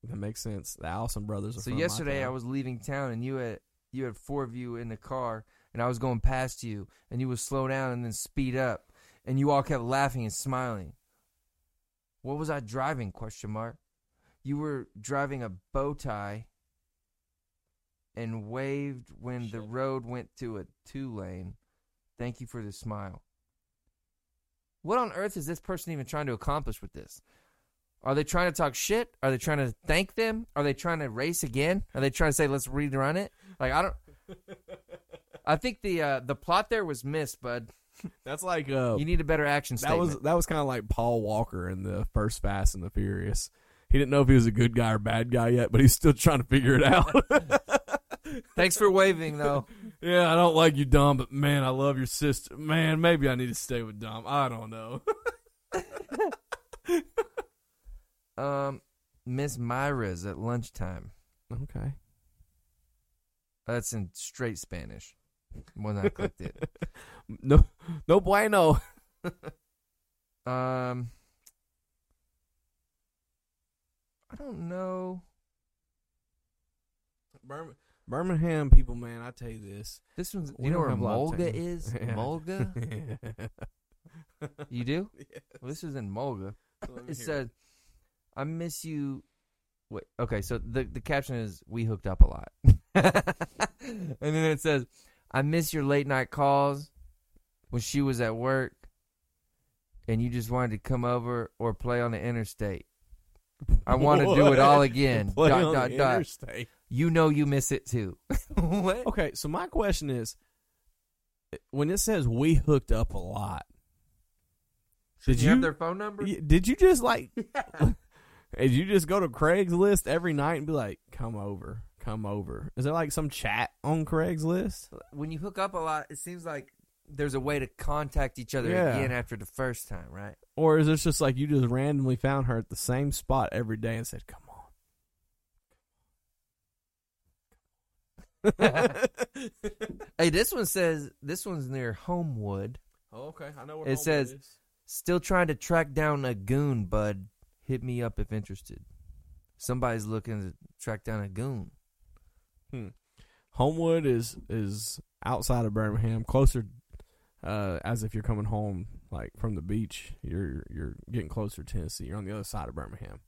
That makes sense. The Allison brothers are
So
from my
yesterday I
town.
was leaving town and you had you had four of you in the car and I was going past you and you would slow down and then speed up and you all kept laughing and smiling. What was I driving? Question mark. You were driving a bow tie. and waved when the
Shit.
road went to a two lane. Thank you for the smile. What on earth is this person even trying to accomplish with this? Are they trying to talk shit? Are they trying to thank them? Are they trying to race again? Are they trying to say let's rerun it? Like I don't. I think the uh, the plot there was missed, bud.
That's like uh,
You need a better action
that
statement.
was that was kind of like Paul Walker in the first Fast and the Furious. He didn't know if he was a good guy or bad guy yet, but he's still trying to figure it out.
Thanks for waving though.
yeah, I don't like you, Dom, but man, I love your sister. Man, maybe I need to stay with Dom. I don't know.
Um, Miss Myra's at lunchtime.
okay.
That's in straight Spanish. When I clicked it.
No, no bueno.
Um, I don't know.
Birmingham, Birmingham people, man, I tell you this.
This one's.
We
you know
don't
where
have a lot of
Molga
tan-
is?
Yeah.
Molga. You do?
Yeah.
Well, this is in Molga.
So let me
It
hear
said, "I miss you." Wait. Okay. So the the caption is, "We hooked up a lot," and then it says, "I miss your late night calls when she was at work, and you just wanted to come over or play on the interstate. I want to do it all
What?
again."
Play
dot
on
dot
the
dot.
interstate. Oh,
You know you miss it too. what?
Okay, so my question is, when it says we hooked up a lot,
Did
did
you,
you,
have their phone number?
y- did you just like, did you just go to Craigslist every night and be like, come over, come over? Is there like some chat on Craigslist?
When you hook up a lot, it seems like there's a way to contact each other
Yeah.
again after the first time, right?
Or is this just like you just randomly found her at the same spot every day and said, "Come on"?
Hey, this one says this one's near Homewood.
okay, I know
where It Homewood says- Still trying to track down a goon, bud. Hit me up if interested. Somebody's looking to track down a goon.
Homewood is is outside of Birmingham, closer uh, as if you're coming home like from the beach. You're you're getting closer to Tennessee. You're on the other side of Birmingham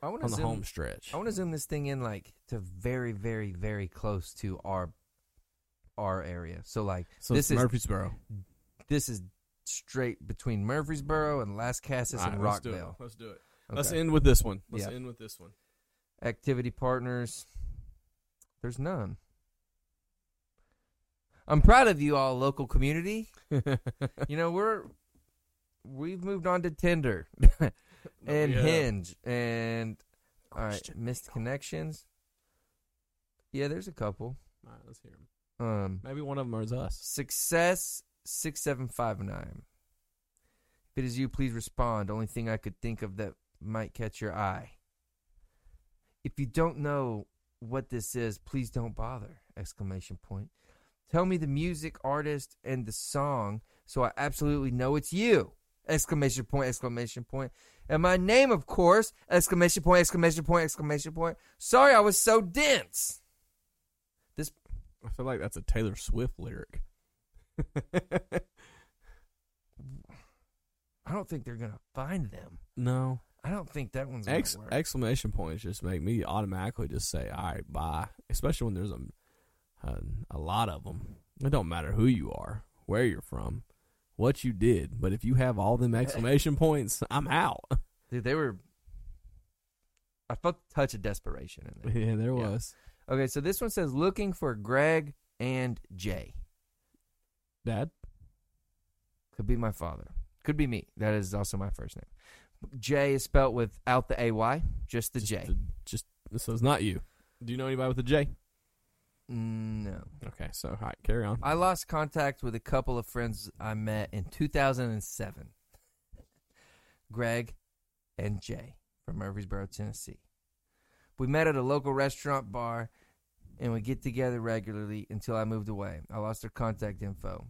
I want
on
to
the
zoom.
home stretch.
I want to zoom this thing in like to very, very, very close to our our area. So like
So
this
this
is
Murfreesboro.
this is straight between Murfreesboro and Las Casas
All
and
right, let's do it.
Rockville.
Let's do it. Let's
Okay.
end with this one. Let's
Yeah.
end with this one.
Activity partners. There's none. I'm proud of you all, local community. You know we're we've moved on to Tinder and
Oh, Yeah.
Hinge and all right,
Question.
missed connections. Yeah, there's a couple.
All right, let's hear 'em.
Um,
Maybe one of them is us.
Success six seven five nine. If it is you, please respond. Only thing I could think of that might catch your eye. If you don't know what this is, please don't bother! Exclamation point. Tell me the music, artist, and the song so I absolutely know it's you! Exclamation point! Exclamation point! And my name, of course! Exclamation point! Exclamation point! Exclamation point! Sorry, I was so dense.
I feel like that's a Taylor Swift lyric.
I don't think they're gonna find them.
no.
I don't think that one's gonna
Ex-
work.
exclamation points just make me automatically just say, "All right, bye." Especially when there's a, a a lot of them. It don't matter who you are, where you're from, what you did, but if you have all them exclamation points, I'm out.
Dude, they were. I felt the touch of desperation in there.
yeah, there
Yeah.
was
Okay, so this one says looking for Greg and Jay.
Dad.
Could be my father. Could be me. That is also my first name. Jay is spelt without the AY, just the
just
J.
just so it's not you. Do you know anybody with a J?
No.
Okay, so all right, carry on.
I lost contact with a couple of friends I met in 2007 Greg and Jay from Murfreesboro, Tennessee. We met at a local restaurant bar and we get together regularly until I moved away. I lost their contact info.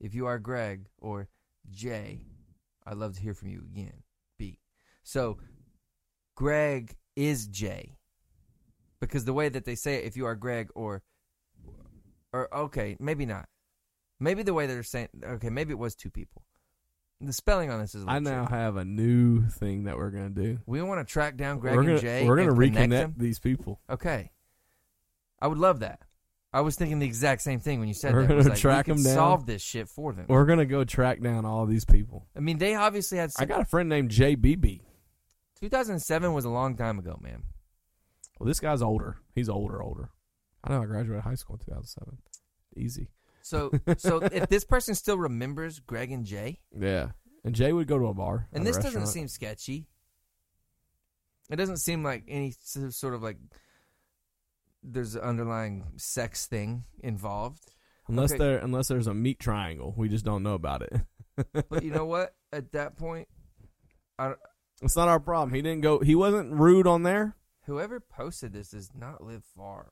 If you are Greg or Jay, I'd love to hear from you again. B. So, Greg is Jay. Because the way that they say it, if you are Greg or or okay, maybe not. Maybe the way they're saying okay, maybe it was two people. The spelling on this is. a
I
little
now
tricky.
have a new thing that we're gonna do.
We want to track down Greg
we're
and
gonna
Jay.
we're gonna
and connect them.
reconnect these people.
Okay, I would love that. I was thinking the exact same thing when you said
We're
that. It was
gonna
like,
track
we could
'em down.
Solve this shit for them.
We're gonna go track down all these people.
I mean, they obviously had.
I
Some,
got a friend named JBB.
2007 was a long time ago, man.
Well, this guy's older. He's older, older. I know I graduated high school in 2007. Easy.
So, so if this person still remembers Greg and Jay,
Yeah. And Jay would go to a bar.
and
at a
this doesn't
restaurant.
seem sketchy. It doesn't seem like any s- sort of like there's an underlying sex thing involved.
unless
okay.
there unless there's a meat triangle. We just don't know about it.
But you know what? At that point,
It's not our problem. He didn't go. He wasn't rude on there.
whoever posted this does not live far.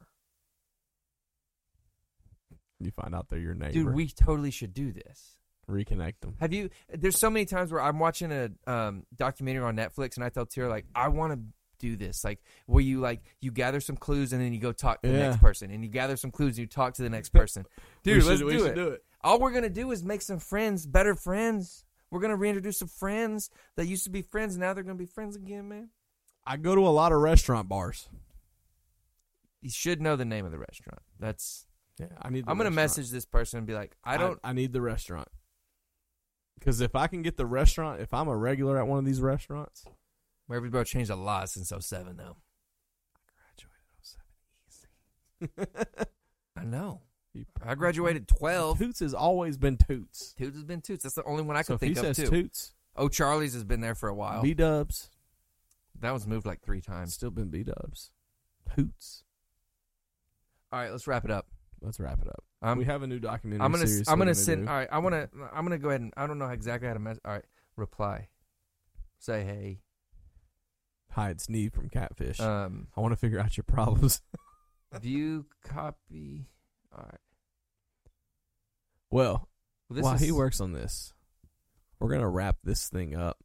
You find out they're your neighbor.
Dude, we totally should do this.
reconnect them.
Have you? There's so many times where I'm watching a um, documentary on Netflix, and I tell Tira like, I want to do this, like where you like you gather some clues and then you go talk to the
Yeah.
next person, and you gather some clues and you talk to the next person. Dude,
we should,
let's
we
do
should
it.
do it.
All we're gonna do is make some friends, better friends. We're gonna reintroduce some friends that used to be friends, and now they're gonna be friends again, man.
I go to a lot of restaurant bars.
You should know the name of the restaurant. That's.
Yeah, I need. the
I'm gonna
restaurant.
message this person and be like, I don't.
I, need the restaurant. Because if I can get the restaurant, if I'm a regular at one of these restaurants,
Murphy Bro changed a lot since 07, though. oh I know.
You-
I graduated 12.
Toots has always been Toots.
Toots has been Toots. That's the only one I
so
can
if
think
he
of,
says
too.
Toots,
Oh, Charlie's has been there for a while.
B Dubs,
that was moved like three
I've
times.
still been B Dubs. Toots.
All right, let's wrap it up.
Let's wrap it up.
I'm,
we have a new documentary.
I'm gonna
series
I'm
that we're
gonna send.
do.
All right, I wanna I'm gonna go ahead and I don't know exactly how to mess. All right, reply. Say hey.
hide Sneed from Catfish.
Um,
I want to figure out your problems.
view copy. All right.
Well,
Well, this
while
is,
he works on this, we're going to wrap this thing up.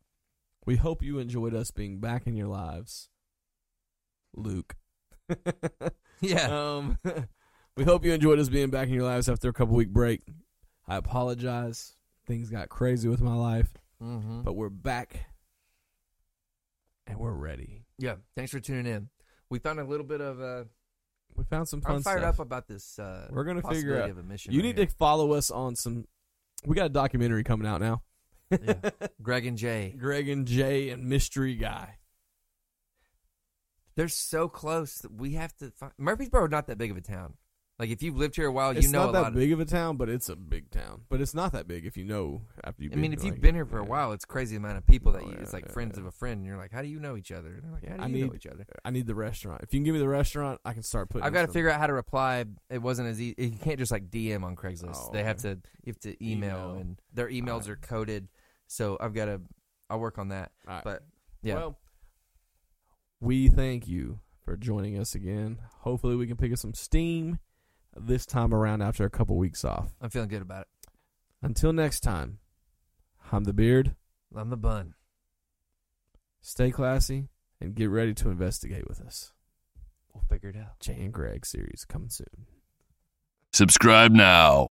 We hope you enjoyed us being back in your lives, Luke.
Yeah.
um, we hope you enjoyed us being back in your lives after a couple week break. I apologize. Things got crazy with my life,
hmm
but we're back and we're ready.
Yeah. Thanks for tuning in. We found a little bit of. Uh,
We found some fun
I'm fired up
stuff.
about this. Uh,
We're gonna figure
possibility
out-
of a mission.
You
right
need
here.
to follow us on some. We got a documentary coming out now.
Yeah. Greg and Jay.
Greg and Jay and Mystery Guy.
They're so close that we have to find Murfreesboro. Not that big of a town. Like if you've lived here a while,
it's
Oh, you know
not
a
that
lot.
big of a town, but it's a big town. But it's not that big if you know after you've
of, I
been
mean, if
like-
you've been here for a
yeah.
while, it's crazy amount of people that
Oh,
you.
yeah,
It's like
yeah,
friends
yeah.
of a friend, and you're like, "How do you know each other?" And they're like, "How do
I
you know
need-
each other?"
I need the restaurant. If you can give me the restaurant, I can start putting.
I've got to
some-
figure out how to reply. It wasn't as easy. You can't just like DM on Craigslist.
Oh,
they have
okay.
to. You have to email,
Email. Uh-huh.
and their emails
Alright.
are coded. So I've got to. I'll work on that.
All right.
but- Yeah.
Well, we thank you for joining us again. Hopefully, we can pick up some steam this time around after a couple weeks off.
I'm feeling good about it.
Until next time, I'm the Beard.
I'm the bun.
Stay classy and get ready to investigate with us.
We'll figure it out.
Jay and Greg series coming soon.
Subscribe now.